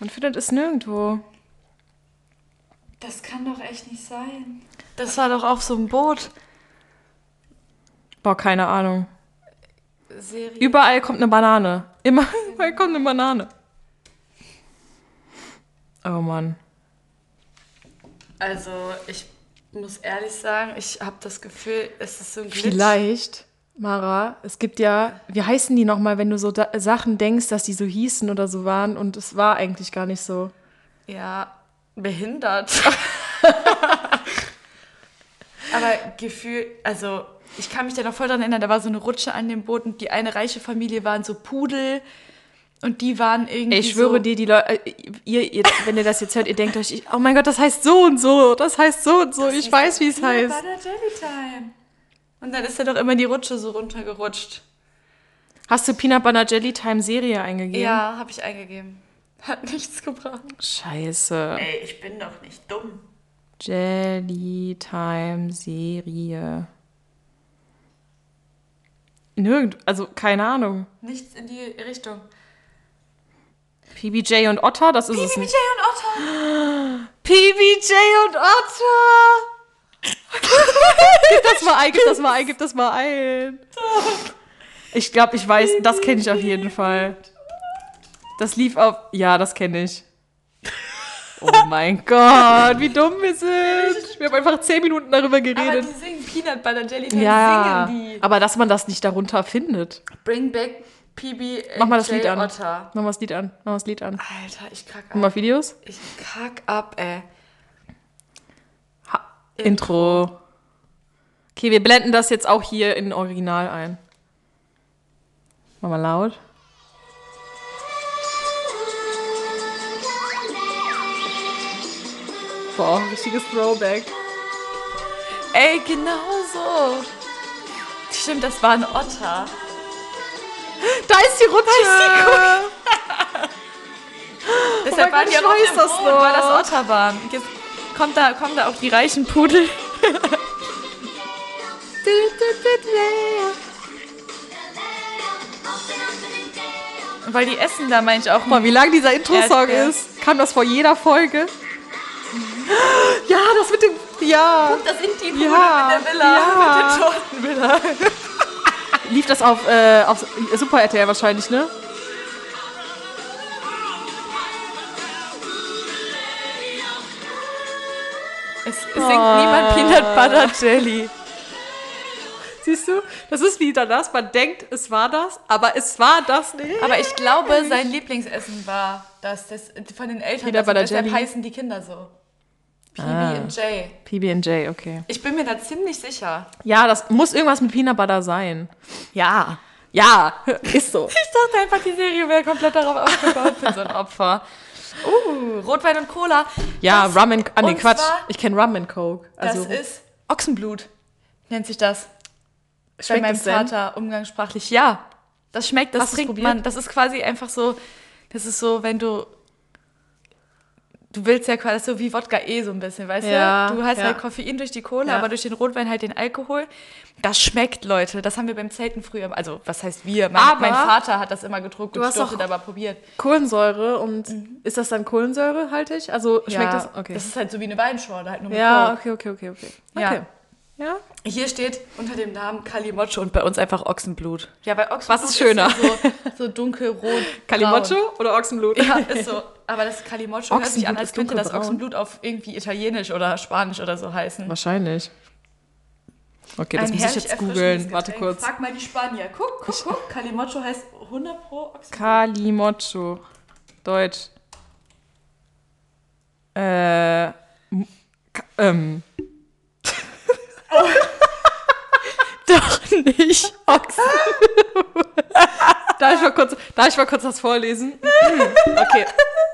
Speaker 2: Man findet es nirgendwo.
Speaker 1: Das kann doch echt nicht sein. Das war doch auf so einem Boot.
Speaker 2: Boah, keine Ahnung.
Speaker 1: Serie.
Speaker 2: Überall kommt eine Banane. Immer, [laughs] überall kommt eine Banane. Oh Mann.
Speaker 1: Also, ich muss ehrlich sagen, ich habe das Gefühl, es ist so ein Glitch.
Speaker 2: Vielleicht, Mara, es gibt ja, wie heißen die nochmal, wenn du so da Sachen denkst, dass die so hießen oder so waren und es war eigentlich gar nicht so.
Speaker 1: Ja,
Speaker 2: [laughs]
Speaker 1: behindert. Aber Gefühl, also ich kann mich da noch voll dran erinnern, da war so eine Rutsche an dem Boden. Die eine reiche Familie waren so Pudel und die waren irgendwie.
Speaker 2: Ey, ich schwöre
Speaker 1: so,
Speaker 2: dir, die Leute, äh, ihr, ihr, wenn ihr das jetzt hört, ihr denkt euch, ich, oh mein Gott, das heißt so und so, das heißt so und so, ich weiß, wie es
Speaker 1: Peanut
Speaker 2: heißt.
Speaker 1: Butter Jelly Time. Und dann ist da doch immer die Rutsche so runtergerutscht.
Speaker 2: Hast du Peanut Butter Jelly Time Serie eingegeben?
Speaker 1: Ja, habe ich eingegeben. [laughs] Hat nichts gebracht.
Speaker 2: Scheiße.
Speaker 1: Ey, ich bin doch nicht dumm.
Speaker 2: Jelly Time Serie. Nirgend, also keine Ahnung.
Speaker 1: Nichts in die Richtung.
Speaker 2: PBJ und Otter, das ist es
Speaker 1: PBJ
Speaker 2: nicht.
Speaker 1: und Otto.
Speaker 2: PBJ und Otter! gib das mal ein, gib das mal ein, gib das mal ein. Ich glaube, ich weiß, das kenne ich auf jeden Fall. Das lief auf. Ja, das kenne ich. Oh mein Gott, wie dumm wir sind. Wir haben einfach zehn Minuten darüber
Speaker 1: Aber
Speaker 2: geredet.
Speaker 1: die singen Peanut Butter Jelly Time.
Speaker 2: Ja,
Speaker 1: Singen die.
Speaker 2: aber dass man das nicht darunter findet.
Speaker 1: Bring back PB.
Speaker 2: Mach mal das Lied an.
Speaker 1: Otter.
Speaker 2: Mach mal das Lied an. Mach mal das Lied an.
Speaker 1: Alter, ich kack
Speaker 2: Mach mal
Speaker 1: ab.
Speaker 2: auf Videos.
Speaker 1: Ich kack ab, ey.
Speaker 2: Ha. Intro. Okay, wir blenden das jetzt auch hier in Original ein. Mach mal laut. Boah, richtiges Throwback.
Speaker 1: Ey, genau so. Stimmt, das war ein Otter.
Speaker 2: Da ist die Rutsche!
Speaker 1: Deshalb
Speaker 2: Oh mein
Speaker 1: waren
Speaker 2: Gott,
Speaker 1: die
Speaker 2: ich
Speaker 1: auch
Speaker 2: weiß
Speaker 1: im
Speaker 2: das
Speaker 1: Boot,
Speaker 2: noch.
Speaker 1: weil das Otter waren. Und Jetzt kommt da, kommen da auch die reichen Pudel. Weil die essen da, meine ich auch.
Speaker 2: Guck mal, wie lang dieser Intro-Song
Speaker 1: Erdbeer.
Speaker 2: ist. Kam das vor jeder Folge? Ja, das mit dem. Ja.
Speaker 1: Das sind die Pudel
Speaker 2: Ja,
Speaker 1: mit der Villa.
Speaker 2: ja.
Speaker 1: Mit der Tortenvilla.
Speaker 2: [laughs] Lief das auf, äh, auf Super RTL wahrscheinlich, ne?
Speaker 1: Es, es singt niemand Peanut Butter Jelly.
Speaker 2: Ah. Siehst du? Das ist wieder das. Man denkt, es war das, aber es war das nicht.
Speaker 1: Aber ich glaube, sein Lieblingsessen war das, das von den Eltern. also
Speaker 2: Peanut Butter
Speaker 1: deshalb
Speaker 2: Jelly.
Speaker 1: heißen die Kinder so. PB und J.
Speaker 2: PB&J, okay.
Speaker 1: Ich bin mir da ziemlich sicher.
Speaker 2: Ja, das muss irgendwas mit Peanut Butter sein. Ja. Ja, [laughs] ist so.
Speaker 1: Ich dachte einfach, die Serie wäre komplett darauf [laughs] aufgebaut. Ich bin [laughs] so ein Opfer. Uh, Rotwein und Cola.
Speaker 2: Ja,
Speaker 1: das,
Speaker 2: Rum and... Ah, nee,
Speaker 1: und
Speaker 2: Quatsch.
Speaker 1: zwar-
Speaker 2: Ich kenne Rum and Coke.
Speaker 1: Das
Speaker 2: Also,
Speaker 1: ist Ochsenblut, nennt sich das.
Speaker 2: schmeckt
Speaker 1: Bei meinem
Speaker 2: es denn?
Speaker 1: Vater umgangssprachlich. Ja, das schmeckt, das
Speaker 2: Hast du's
Speaker 1: trinkt
Speaker 2: probiert?
Speaker 1: man. Das ist quasi einfach so, das ist so, wenn du... Du willst ja quasi das ist so wie Wodka eh so ein bisschen, weißt
Speaker 2: Ja,
Speaker 1: du? Du hast
Speaker 2: ja.
Speaker 1: halt Koffein durch die Cola,
Speaker 2: Ja.
Speaker 1: aber durch den Rotwein halt den Alkohol. Das schmeckt, Leute. Das haben wir beim Zelten früher. Also, was heißt wir? Mein,
Speaker 2: Aber-
Speaker 1: mein Vater hat das immer gedruckt
Speaker 2: Du
Speaker 1: und ich
Speaker 2: hast
Speaker 1: durfte
Speaker 2: auch-
Speaker 1: da aber probiert.
Speaker 2: Kohlensäure und... Ist das dann Kohlensäure, halte ich? Also, schmeckt
Speaker 1: ja,
Speaker 2: das... Mhm. Okay.
Speaker 1: Das ist halt so wie eine Weinschorle, halt nur mit
Speaker 2: ja,
Speaker 1: Coke.
Speaker 2: okay, okay, okay, okay.
Speaker 1: Ja.
Speaker 2: Okay. Ja?
Speaker 1: Hier steht unter dem Namen Kalimocho und bei uns einfach Ochsenblut. Ja, bei Ochsenblut
Speaker 2: Was ist schöner?
Speaker 1: Ist ja so, so dunkelrot.
Speaker 2: Kalimocho oder Ochsenblut? [laughs]
Speaker 1: Ja, ist so. Aber das Kalimocho hört sich an,
Speaker 2: Ochsenblut
Speaker 1: als
Speaker 2: ist
Speaker 1: könnte das
Speaker 2: dunkelbraun.
Speaker 1: Ochsenblut auf irgendwie Italienisch oder Spanisch oder so heißen.
Speaker 2: Wahrscheinlich. Okay,
Speaker 1: Ein
Speaker 2: das muss ich
Speaker 1: herrlich
Speaker 2: jetzt googeln.
Speaker 1: erfrischendes
Speaker 2: Warte
Speaker 1: Getränk.
Speaker 2: kurz.
Speaker 1: Frag mal die Spanier. Guck, guck, guck. Kalimocho heißt 100 pro Ochsenblut.
Speaker 2: Kalimocho. Deutsch. Äh. m- Ka- Ähm. [laughs] Doch nicht. Ochsen. [laughs] darf, ich mal kurz, darf ich mal kurz das vorlesen? Okay.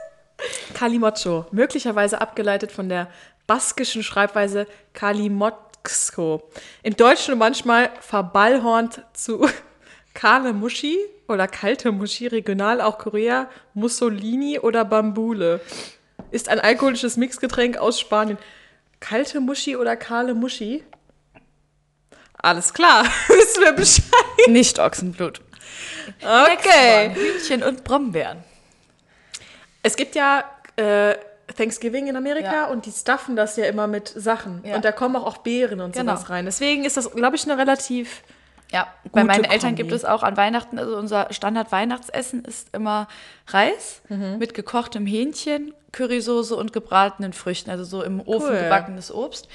Speaker 2: [laughs] Kalimocho. Möglicherweise abgeleitet von der baskischen Schreibweise Kalimoxko. Im Deutschen manchmal verballhornt zu [laughs] Kale Muschi oder Kalte Muschi, regional auch Korea, Mussolini oder Bambule. Ist ein alkoholisches Mixgetränk aus Spanien. Kalte Muschi oder Kale Muschi? Alles klar, [laughs] wissen wir Bescheid.
Speaker 1: Nicht Ochsenblut.
Speaker 2: Okay.
Speaker 1: Hühnchen und Brombeeren.
Speaker 2: Es gibt ja äh, Thanksgiving in Amerika
Speaker 1: Ja.
Speaker 2: und die stuffen das ja immer mit Sachen.
Speaker 1: Ja.
Speaker 2: Und da kommen auch, auch Beeren und
Speaker 1: Genau.
Speaker 2: sowas rein. Deswegen ist das, glaube ich, eine relativ
Speaker 1: Ja, bei
Speaker 2: Gute
Speaker 1: meinen Eltern
Speaker 2: Kombi.
Speaker 1: gibt es auch an Weihnachten, also unser Standard-Weihnachtsessen ist immer Reis
Speaker 2: Mhm.
Speaker 1: mit gekochtem Hähnchen, Currysoße und gebratenen Früchten, also so im Ofen
Speaker 2: Cool.
Speaker 1: gebackenes Obst.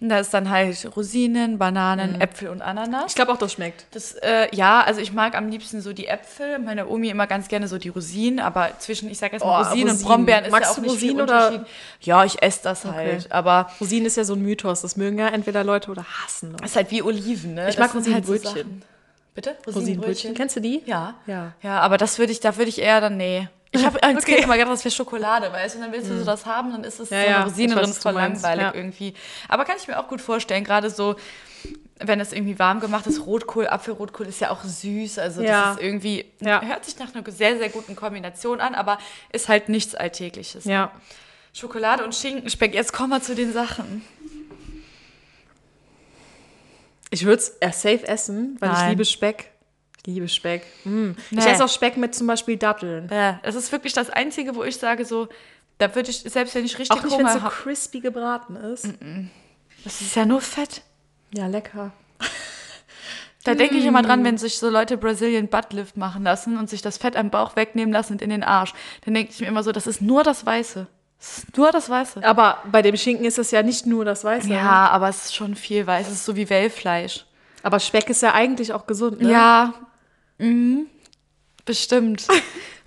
Speaker 1: Und da ist dann halt Rosinen, Bananen,
Speaker 2: Mhm.
Speaker 1: Äpfel und Ananas.
Speaker 2: Ich glaube auch, das schmeckt.
Speaker 1: Das, äh, ja, also ich mag am liebsten so die Äpfel, meine Omi immer ganz gerne so die Rosinen, aber zwischen, ich sag jetzt mal
Speaker 2: Oh,
Speaker 1: Rosinen,
Speaker 2: Rosinen.
Speaker 1: und Brombeeren ist
Speaker 2: Magst
Speaker 1: ja auch
Speaker 2: du
Speaker 1: nicht
Speaker 2: Rosinen
Speaker 1: viel
Speaker 2: oder-
Speaker 1: Unterschied. Ja, ich esse das halt, aber
Speaker 2: Rosinen ist ja so ein Mythos. Das mögen ja entweder Leute oder hassen Leute.
Speaker 1: es ist halt wie Oliven, ne?
Speaker 2: Ich mag
Speaker 1: sind so
Speaker 2: Rosinenbrötchen.
Speaker 1: Sachen. Bitte?
Speaker 2: Rosinenbrötchen. Kennst du die?
Speaker 1: Ja.
Speaker 2: Ja.
Speaker 1: Ja, aber das würde ich, da würde ich eher dann, nee. Ich
Speaker 2: [laughs]
Speaker 1: habe als Kind immer gedacht, das wäre Schokolade, weißt du? Und dann willst du so das haben, dann ist es
Speaker 2: Hm. Ja,
Speaker 1: so eine
Speaker 2: ja, ich
Speaker 1: Rosine
Speaker 2: weiß,
Speaker 1: drin,
Speaker 2: was
Speaker 1: voll
Speaker 2: du meinst,
Speaker 1: langweilig
Speaker 2: ja.
Speaker 1: irgendwie. Aber kann ich mir auch gut vorstellen, gerade so, wenn es irgendwie warm gemacht ist, Rotkohl, Apfelrotkohl ist ja auch süß. Also
Speaker 2: Ja.
Speaker 1: das ist irgendwie,
Speaker 2: Ja.
Speaker 1: hört sich nach einer sehr, sehr guten Kombination an, aber ist halt nichts Alltägliches.
Speaker 2: Ja.
Speaker 1: Schokolade und Schinkenspeck, jetzt kommen wir zu den Sachen.
Speaker 2: Ich würde es safe essen, weil ich
Speaker 1: Nein.
Speaker 2: liebe Speck. Ich liebe Speck. Mm. Ich
Speaker 1: Nee. Äh,
Speaker 2: esse auch Speck mit zum Beispiel Datteln.
Speaker 1: Ja, das ist wirklich das Einzige, wo ich sage so, da würde ich, selbst wenn ich richtig
Speaker 2: Auch nicht, wenn es
Speaker 1: Hunger
Speaker 2: so
Speaker 1: habe,
Speaker 2: crispy gebraten ist.
Speaker 1: das ist ja nur Fett.
Speaker 2: Ja, lecker.
Speaker 1: Da denke ich immer dran, wenn sich so Leute Brazilian Buttlift machen lassen und sich das Fett am Bauch wegnehmen lassen und in den Arsch, dann denke ich mir immer so, das ist nur das Weiße. Das ist nur das Weiße.
Speaker 2: Aber bei dem Schinken ist das ja nicht nur das Weiße.
Speaker 1: Ja, aber es ist schon viel Weiß. Es ist so wie Wellfleisch.
Speaker 2: Aber Speck ist ja eigentlich auch gesund, ne?
Speaker 1: Ja, mhm. bestimmt. Vor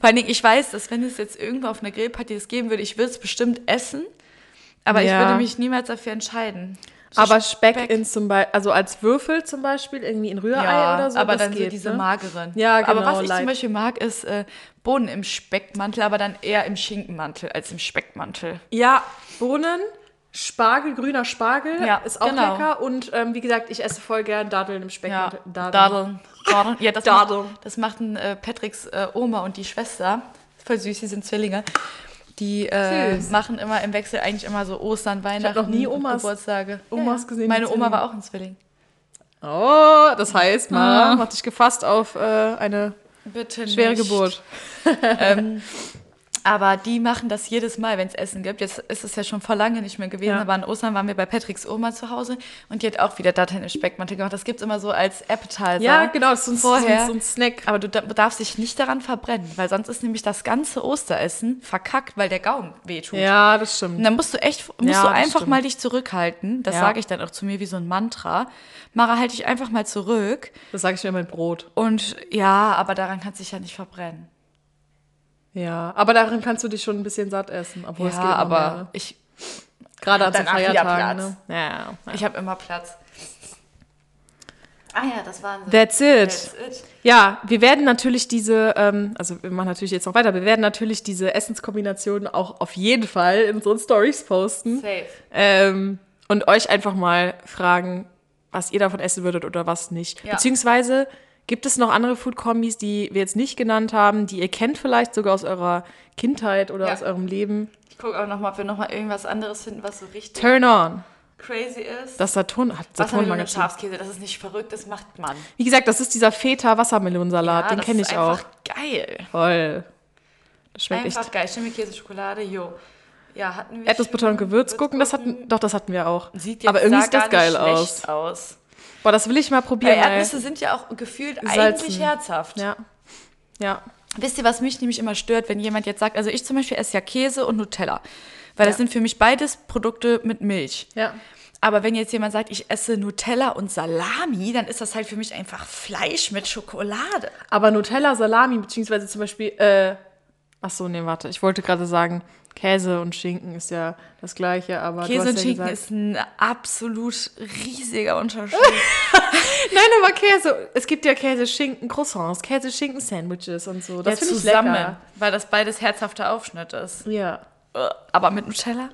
Speaker 1: allen Dingen, ich weiß, dass wenn es jetzt irgendwo auf einer Grillparty das geben würde, ich würde es bestimmt essen, aber
Speaker 2: Ja.
Speaker 1: ich würde mich niemals dafür entscheiden. So
Speaker 2: Aber Speck,
Speaker 1: Speck.
Speaker 2: in zum Beispiel, also als Würfel zum Beispiel, irgendwie in Rührei
Speaker 1: Ja,
Speaker 2: oder so.
Speaker 1: aber
Speaker 2: das
Speaker 1: dann so
Speaker 2: geht,
Speaker 1: diese
Speaker 2: ne?
Speaker 1: mageren.
Speaker 2: Ja, genau,
Speaker 1: Aber was ich
Speaker 2: light.
Speaker 1: zum Beispiel mag, ist äh, Bohnen im Speckmantel, aber dann eher im Schinkenmantel als im Speckmantel.
Speaker 2: Ja, Bohnen, Spargel, grüner Spargel
Speaker 1: Ja,
Speaker 2: ist auch
Speaker 1: genau.
Speaker 2: lecker. Und ähm, wie gesagt, ich esse voll gern Datteln im Speck.
Speaker 1: Ja,
Speaker 2: mit
Speaker 1: Dadeln. Dadeln. Ja, das,
Speaker 2: Dadeln.
Speaker 1: Macht, das machten äh, Patricks äh, Oma und die Schwester. Voll süß, sie sind Zwillinge. Die äh,
Speaker 2: Süß.
Speaker 1: machen immer im Wechsel eigentlich immer so Ostern, Weihnachten,
Speaker 2: noch nie
Speaker 1: und
Speaker 2: Omas-
Speaker 1: Geburtstage.
Speaker 2: Omas gesehen, die
Speaker 1: Meine Oma
Speaker 2: Zwillinge.
Speaker 1: war auch ein Zwilling.
Speaker 2: Oh, das heißt, Mara hat dich gefasst auf äh, eine
Speaker 1: Bitte
Speaker 2: schwere
Speaker 1: nicht.
Speaker 2: Geburt.
Speaker 1: Aber die machen das jedes Mal, wenn es Essen gibt. Jetzt ist es ja schon vor lange nicht mehr gewesen,
Speaker 2: Ja.
Speaker 1: aber an Ostern waren wir bei Patricks Oma zu Hause und die hat auch wieder Datteln im Speckmantel gemacht. Das gibt's immer so als Appetizer.
Speaker 2: Ja, genau, das ist so ein,
Speaker 1: Vorher.
Speaker 2: so ein Snack.
Speaker 1: Aber du da- darfst dich nicht daran verbrennen, weil sonst ist nämlich das ganze Osteressen verkackt, weil der Gaumen wehtut.
Speaker 2: Ja, das
Speaker 1: Und
Speaker 2: stimmt.
Speaker 1: dann musst du echt, musst
Speaker 2: Ja,
Speaker 1: du
Speaker 2: das
Speaker 1: einfach
Speaker 2: stimmt.
Speaker 1: mal dich zurückhalten. Das
Speaker 2: Ja.
Speaker 1: sage ich dann auch zu mir wie so ein Mantra. Mara, halt dich einfach mal zurück.
Speaker 2: Das sage ich mir mein Brot.
Speaker 1: Und ja, aber daran kannst du dich ja nicht verbrennen.
Speaker 2: Ja, aber darin kannst du dich schon ein bisschen satt essen, obwohl es geht
Speaker 1: ja,
Speaker 2: immer
Speaker 1: aber
Speaker 2: mehr.
Speaker 1: ich,
Speaker 2: Gerade an so
Speaker 1: danach wieder
Speaker 2: Feiertagen.
Speaker 1: Platz.
Speaker 2: Ne? Ja, ja.
Speaker 1: ich habe immer Platz. Ah ja, das waren sie.
Speaker 2: That's it.
Speaker 1: That's it.
Speaker 2: Ja, wir werden natürlich diese, ähm, also wir machen natürlich jetzt noch weiter, wir werden natürlich diese Essenskombinationen auch auf jeden Fall in unseren Stories posten.
Speaker 1: Safe.
Speaker 2: Ähm, und euch einfach mal fragen, was ihr davon essen würdet oder was nicht.
Speaker 1: Ja.
Speaker 2: Beziehungsweise gibt es noch andere Food-Kombis, die wir jetzt nicht genannt haben, die ihr kennt vielleicht sogar aus eurer Kindheit oder
Speaker 1: Ja.
Speaker 2: aus eurem Leben?
Speaker 1: Ich gucke auch nochmal, ob wir nochmal irgendwas anderes finden, was so richtig
Speaker 2: Turn on!
Speaker 1: crazy ist.
Speaker 2: Das Saturn hat Saturn
Speaker 1: Wassermelone und
Speaker 2: Magazin.
Speaker 1: Schafskäse, das ist nicht verrückt, das macht man. Ah,
Speaker 2: Wie gesagt, das ist dieser Feta-Wassermelonsalat, den
Speaker 1: das
Speaker 2: kenne
Speaker 1: ist
Speaker 2: ich auch.
Speaker 1: einfach Geil.
Speaker 2: Voll. Das schmeckt
Speaker 1: Einfach
Speaker 2: echt.
Speaker 1: geil. Schimmelkäse, Schokolade, jo. Ja, hatten wir.
Speaker 2: Erdnussbutter und Gewürz gucken, das hatten, doch, das hatten wir auch.
Speaker 1: Sieht jetzt
Speaker 2: Aber irgendwie
Speaker 1: da
Speaker 2: sieht das
Speaker 1: gar
Speaker 2: geil
Speaker 1: nicht
Speaker 2: aus.
Speaker 1: schlecht aus.
Speaker 2: Boah, das will ich mal
Speaker 1: Weil
Speaker 2: probieren. ey.
Speaker 1: Erdnüsse sind ja auch gefühlt
Speaker 2: Salzen.
Speaker 1: eigentlich herzhaft. ne?
Speaker 2: Ja. Ja.
Speaker 1: Wisst ihr, was mich nämlich immer stört, wenn jemand jetzt sagt, also ich zum Beispiel esse ja Käse und Nutella. Weil
Speaker 2: Ja.
Speaker 1: das sind für mich beides Produkte mit Milch.
Speaker 2: Ja.
Speaker 1: Aber wenn jetzt jemand sagt, ich esse Nutella und Salami, dann ist das halt für mich einfach Fleisch mit Schokolade.
Speaker 2: Aber Nutella, Salami, beziehungsweise zum Beispiel, äh, ach so, nee, warte, ich wollte gerade sagen, Käse und Schinken ist ja das Gleiche, aber du
Speaker 1: Käse
Speaker 2: hast
Speaker 1: und
Speaker 2: ja
Speaker 1: Schinken
Speaker 2: gesagt,
Speaker 1: ist ein absolut riesiger Unterschied.
Speaker 2: Nein, aber Käse, es gibt ja Käse, Schinken, Croissants, Käse, Schinken, Sandwiches und so, [laughs] das
Speaker 1: Ja,
Speaker 2: finde ich
Speaker 1: zusammen,
Speaker 2: lecker.
Speaker 1: weil das beides herzhafter Aufschnitt ist.
Speaker 2: Ja.
Speaker 1: Aber mit Nutella?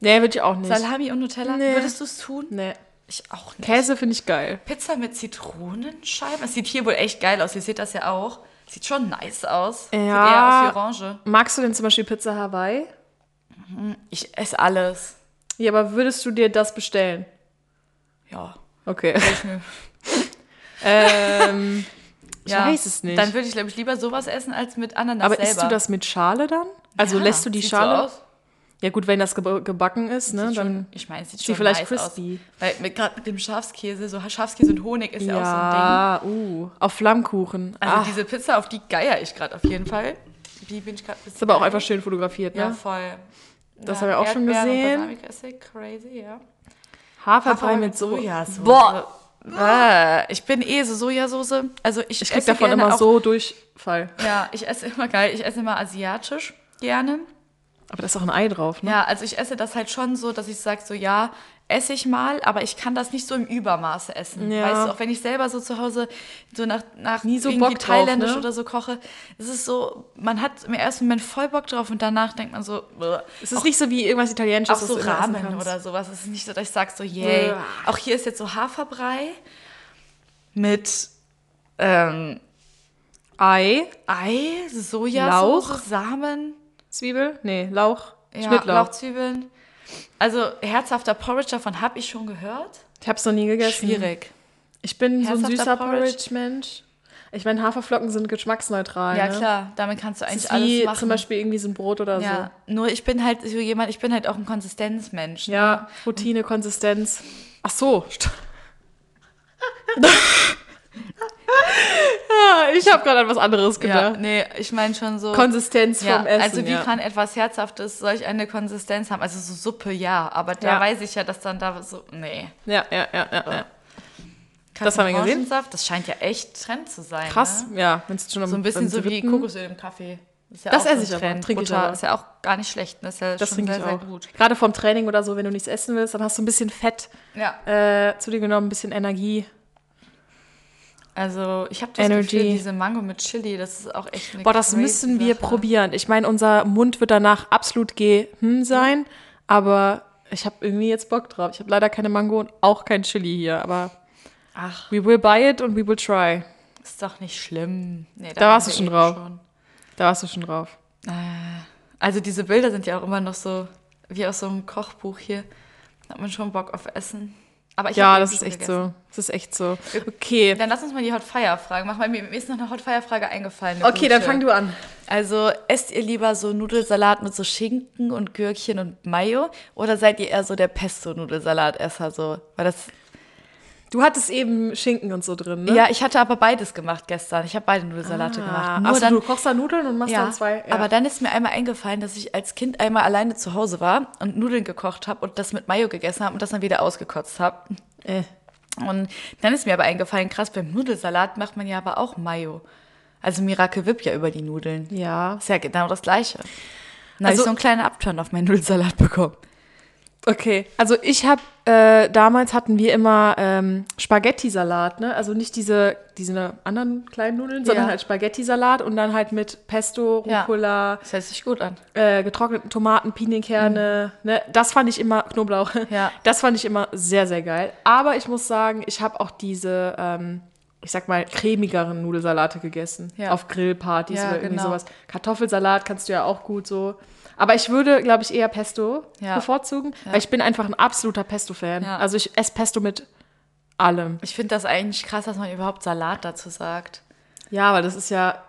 Speaker 2: Nee, würde ich auch nicht.
Speaker 1: Salami und Nutella?
Speaker 2: Nee.
Speaker 1: Würdest du es tun?
Speaker 2: Nee.
Speaker 1: Ich auch nicht.
Speaker 2: Käse finde ich geil.
Speaker 1: Pizza mit Zitronenscheiben? Es sieht hier wohl echt geil aus. Ihr seht das ja auch. Sieht schon nice aus. Sieht eher aus
Speaker 2: Ja.
Speaker 1: wie Orange.
Speaker 2: Magst du denn zum Beispiel Pizza Hawaii?
Speaker 1: Ich esse alles.
Speaker 2: Ja, aber würdest du dir das bestellen?
Speaker 1: Ja.
Speaker 2: Okay. ähm, ich
Speaker 1: ja.
Speaker 2: weiß es nicht.
Speaker 1: Dann würde ich, glaube ich, lieber sowas essen als mit Ananas
Speaker 2: aber
Speaker 1: selber.
Speaker 2: isst du das mit Schale dann? Also
Speaker 1: Ja,
Speaker 2: lässt du die
Speaker 1: sieht
Speaker 2: Schale?
Speaker 1: So aus.
Speaker 2: Ja, gut, wenn das geb gebacken ist, ne,
Speaker 1: Sieht
Speaker 2: dann
Speaker 1: schon, ich meine, es sieht
Speaker 2: ist
Speaker 1: schon
Speaker 2: die vielleicht
Speaker 1: nice
Speaker 2: crispy.
Speaker 1: aus. Weil mit- gerade mit dem Schafskäse, so Schafskäse und Honig ist ja, auch
Speaker 2: Ja, uh, auf Flammkuchen.
Speaker 1: so ein Ding. Also
Speaker 2: Ah,
Speaker 1: diese Pizza, auf die geier ich gerade auf jeden Fall. Die bin ich gerade
Speaker 2: ist aber auch einfach schön fotografiert, ne?
Speaker 1: Ja, voll.
Speaker 2: Das
Speaker 1: Ja,
Speaker 2: habe ich auch schon
Speaker 1: Erdbeeren und
Speaker 2: gesehen.
Speaker 1: Balsamico-Essig, crazy, ja.
Speaker 2: Haferbrei mit so.
Speaker 1: Sojasauce.
Speaker 2: Boah,
Speaker 1: Äh, ich bin eh so Sojasauce. Also ich,
Speaker 2: ich krieg
Speaker 1: esse
Speaker 2: davon
Speaker 1: gerne
Speaker 2: immer
Speaker 1: auch,
Speaker 2: so Durchfall.
Speaker 1: Ja, ich esse immer geil. Ich esse immer asiatisch
Speaker 2: Mhm.
Speaker 1: gerne.
Speaker 2: Aber da ist auch ein Ei drauf, ne?
Speaker 1: Ja, also ich esse das halt schon so, dass ich sage, so ja, esse ich mal, aber ich kann das nicht so im Übermaße essen.
Speaker 2: Ja.
Speaker 1: Weißt du, auch wenn ich selber so zu Hause so nach, nach
Speaker 2: Nie so
Speaker 1: irgendwie
Speaker 2: Bock drauf,
Speaker 1: thailändisch
Speaker 2: ne?
Speaker 1: oder so koche, es ist so, man hat im ersten Moment voll Bock drauf und danach denkt man so, bleh.
Speaker 2: Es ist nicht so wie irgendwas Italienisches,
Speaker 1: auch so
Speaker 2: du immer essen
Speaker 1: Ramen
Speaker 2: kannst.
Speaker 1: oder sowas. Es ist nicht so, dass ich sage so, yay.
Speaker 2: Ja.
Speaker 1: Auch hier ist jetzt so Haferbrei mit ähm,
Speaker 2: Ei,
Speaker 1: Ei, Sojasauce,
Speaker 2: Lauch.
Speaker 1: Samen,
Speaker 2: Zwiebel, nee, Lauch,
Speaker 1: ja,
Speaker 2: Schnittlauch.
Speaker 1: Lauchzwiebeln. Also herzhafter Porridge, davon habe ich schon gehört.
Speaker 2: Ich hab's noch nie gegessen.
Speaker 1: Schwierig.
Speaker 2: Ich bin so ein
Speaker 1: Herzhafter
Speaker 2: süßer
Speaker 1: Porridge.
Speaker 2: Porridge-Mensch. Ich meine, Haferflocken sind geschmacksneutral.
Speaker 1: Ja,
Speaker 2: ne?
Speaker 1: klar, damit kannst du
Speaker 2: Das ist
Speaker 1: eigentlich alles
Speaker 2: wie
Speaker 1: machen.
Speaker 2: zum Beispiel irgendwie so ein Brot oder
Speaker 1: ja, nur ich bin halt so jemand, ich bin halt auch ein Konsistenzmensch.
Speaker 2: so. Ja, Routine, Konsistenz. Ach so. st- [laughs] Ja, ich habe gerade an was anderes
Speaker 1: Ja,
Speaker 2: gedacht.
Speaker 1: nee, ich meine schon so.
Speaker 2: Konsistenz
Speaker 1: ja,
Speaker 2: vom Essen.
Speaker 1: also wie
Speaker 2: ja.
Speaker 1: kann etwas Herzhaftes solch eine Konsistenz haben? Also so Suppe, ja, aber da
Speaker 2: Ja.
Speaker 1: weiß ich ja, dass dann da so, nee.
Speaker 2: ja, ja, ja, ja, ja. Das
Speaker 1: Kaffee
Speaker 2: haben wir gesehen.
Speaker 1: Orangensaft, Das scheint ja echt Trend zu sein.
Speaker 2: Krass,
Speaker 1: Ne?
Speaker 2: ja. Wenn's jetzt schon am-
Speaker 1: So ein bisschen
Speaker 2: beim
Speaker 1: so wie
Speaker 2: dritten-
Speaker 1: Kokosöl im Kaffee. Ist ja
Speaker 2: Das
Speaker 1: auch so
Speaker 2: esse
Speaker 1: ein
Speaker 2: ich aber,
Speaker 1: Trend.
Speaker 2: trinke ich
Speaker 1: Butter
Speaker 2: aber.
Speaker 1: ist ja auch gar nicht schlecht. Das ist ja
Speaker 2: Das
Speaker 1: schon
Speaker 2: trinke
Speaker 1: sehr,
Speaker 2: ich
Speaker 1: sehr
Speaker 2: auch.
Speaker 1: gut.
Speaker 2: Gerade vom Training oder so, wenn du nichts essen willst, dann hast du ein bisschen Fett
Speaker 1: Ja,
Speaker 2: äh, zu dir genommen, ein bisschen Energie.
Speaker 1: also ich habe das
Speaker 2: Energy.
Speaker 1: Gefühl, diese Mango mit Chili, das ist auch echt eine
Speaker 2: Boah, das
Speaker 1: crazy
Speaker 2: müssen wir
Speaker 1: Sache.
Speaker 2: probieren. Ich meine, unser Mund wird danach absolut G hm sein, aber ich habe irgendwie jetzt Bock drauf. Ich habe leider keine Mango und auch kein Chili hier, aber
Speaker 1: Ach,
Speaker 2: we will buy it and we will try.
Speaker 1: ist doch nicht schlimm. Nee,
Speaker 2: Da
Speaker 1: waren
Speaker 2: warst du
Speaker 1: wir
Speaker 2: schon
Speaker 1: eben
Speaker 2: drauf. Da warst du schon drauf.
Speaker 1: Also diese Bilder sind ja auch immer noch so, wie aus so einem Kochbuch hier. Da hat man schon Bock auf Essen. Aber ich hab
Speaker 2: Ja,
Speaker 1: eben
Speaker 2: das ist
Speaker 1: schon
Speaker 2: echt
Speaker 1: gegessen.
Speaker 2: so. Das ist
Speaker 1: [laughs]
Speaker 2: echt so. Okay.
Speaker 1: Dann lass uns mal die Hot Fire fragen. Mach mal, mir mir ist noch eine Hot Fire Frage eingefallen. eine
Speaker 2: Okay, dann
Speaker 1: gute.
Speaker 2: fang du an.
Speaker 1: Also esst ihr lieber so Nudelsalat mit so Schinken und Gürkchen und Mayo oder seid ihr eher so der Pesto Nudelsalatesser so? Weil das
Speaker 2: Du hattest eben Schinken und so drin, ne?
Speaker 1: Ja, ich hatte aber beides gemacht gestern. Ich habe beide Nudelsalate gemacht. Nur
Speaker 2: Achso,
Speaker 1: dann
Speaker 2: Ah, du kochst da Nudeln und machst
Speaker 1: ja,
Speaker 2: dann zwei. Ja.
Speaker 1: aber dann ist mir einmal eingefallen, dass ich als Kind einmal alleine zu Hause war und Nudeln gekocht habe und das mit Mayo gegessen habe und das dann wieder ausgekotzt habe.
Speaker 2: äh.
Speaker 1: Und dann ist mir aber eingefallen, krass, beim Nudelsalat macht man ja aber auch Mayo. Also Miracle Whip ja über die Nudeln.
Speaker 2: Ja.
Speaker 1: Ist ja genau das Gleiche. Dann also, habe ich
Speaker 2: Also-
Speaker 1: so einen kleinen Abturn auf meinen Nudelsalat bekommen.
Speaker 2: Okay, also ich habe äh, damals hatten wir immer ähm, Spaghetti-Salat, ne? Also nicht diese, diese anderen kleinen Nudeln, sondern
Speaker 1: Ja.
Speaker 2: halt Spaghetti-Salat und dann halt mit Pesto,
Speaker 1: Ja.
Speaker 2: Rucola,
Speaker 1: Das hört sich gut an.
Speaker 2: äh, getrockneten Tomaten, Pinienkerne, ne? Das fand ich immer Knoblauch.
Speaker 1: Mhm. Ja.
Speaker 2: [laughs] Das fand ich immer sehr sehr geil. Aber ich muss sagen, ich habe auch diese, ähm, ich sag mal cremigeren Nudelsalate gegessen
Speaker 1: Ja.
Speaker 2: auf Grillpartys
Speaker 1: Ja,
Speaker 2: oder irgendwie
Speaker 1: genau.
Speaker 2: sowas. Kartoffelsalat kannst du ja auch gut so. Aber ich würde, glaube ich, eher Pesto
Speaker 1: Ja.
Speaker 2: bevorzugen, weil ich bin einfach ein absoluter Pesto-Fan.
Speaker 1: Ja.
Speaker 2: Also ich esse Pesto mit allem.
Speaker 1: Ich finde das eigentlich krass, dass man überhaupt Salat dazu sagt.
Speaker 2: Ja, weil das ist ja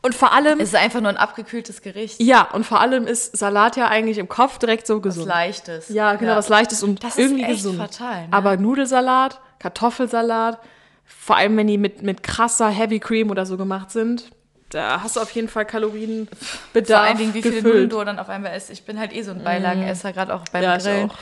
Speaker 2: und vor allem
Speaker 1: Es ist einfach nur ein abgekühltes Gericht.
Speaker 2: ja und vor allem ist Salat ja eigentlich im Kopf direkt so
Speaker 1: Was
Speaker 2: gesund.
Speaker 1: Leichtes.
Speaker 2: Ja, genau, was leichtes und
Speaker 1: Das ist
Speaker 2: irgendwie
Speaker 1: echt
Speaker 2: gesund.
Speaker 1: fatal, ne?
Speaker 2: Aber Nudelsalat, Kartoffelsalat, vor allem wenn die mit, mit krasser Heavy Cream oder so gemacht sind, da hast du auf jeden Fall Kalorienbedarf
Speaker 1: Vor allen Dingen, wie viele
Speaker 2: gefüllt. Mhm.
Speaker 1: Nudeln du dann auf einmal isst. Ich bin halt eh so ein Beilagenesser, gerade auch beim
Speaker 2: ja, ich
Speaker 1: Grillen.
Speaker 2: auch.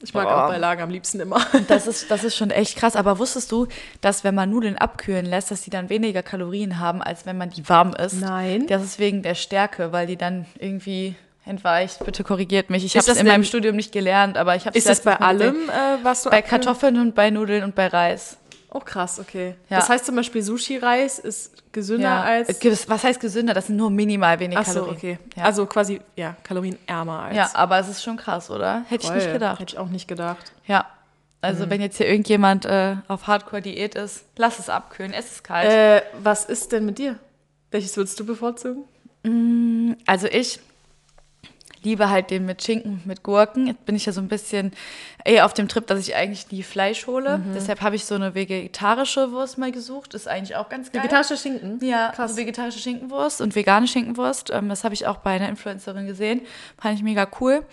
Speaker 2: Ich mag
Speaker 1: Boah.
Speaker 2: auch Beilagen am liebsten immer. [laughs]
Speaker 1: Das ist, das ist schon echt krass. Aber wusstest du, dass wenn man Nudeln abkühlen lässt, dass die dann weniger Kalorien haben, als wenn man die warm isst?
Speaker 2: Nein.
Speaker 1: Das ist wegen der Stärke, weil die dann irgendwie entweicht. Bitte korrigiert mich. Ich habe
Speaker 2: Ist
Speaker 1: es
Speaker 2: das
Speaker 1: in meinem
Speaker 2: denn-
Speaker 1: Studium nicht gelernt, aber ich habe
Speaker 2: Ist das bei allem, äh, was du
Speaker 1: Bei
Speaker 2: abkühlen-
Speaker 1: Kartoffeln und bei Nudeln und bei Reis.
Speaker 2: Oh krass, okay.
Speaker 1: Ja.
Speaker 2: Das heißt zum Beispiel Sushi-Reis ist gesünder als.
Speaker 1: Ges- Äh, Was heißt gesünder? Das sind nur minimal wenig
Speaker 2: Ach so,
Speaker 1: Kalorien.
Speaker 2: okay.
Speaker 1: Ja.
Speaker 2: Also quasi ja Kalorienärmer als.
Speaker 1: ja, aber es ist schon krass, oder? Hätte ich nicht
Speaker 2: Voll.
Speaker 1: gedacht.
Speaker 2: Hätte ich auch nicht gedacht.
Speaker 1: Ja. Also, wenn jetzt hier irgendjemand äh, auf Hardcore-Diät ist, lass es abkühlen, es ist kalt.
Speaker 2: Äh, was ist denn mit dir? Welches würdest du bevorzugen?
Speaker 1: Also, ich liebe halt den mit Schinken und mit Gurken. Jetzt bin ich ja so ein bisschen eher auf dem Trip, dass ich eigentlich nie Fleisch hole. Deshalb habe ich so eine vegetarische Wurst mal gesucht. Ist eigentlich auch ganz geil.
Speaker 2: Vegetarische Schinken?
Speaker 1: Ja,
Speaker 2: Krass.
Speaker 1: so vegetarische Schinkenwurst und vegane Schinkenwurst. Ähm, das habe ich auch bei einer Influencerin gesehen. Fand ich mega cool.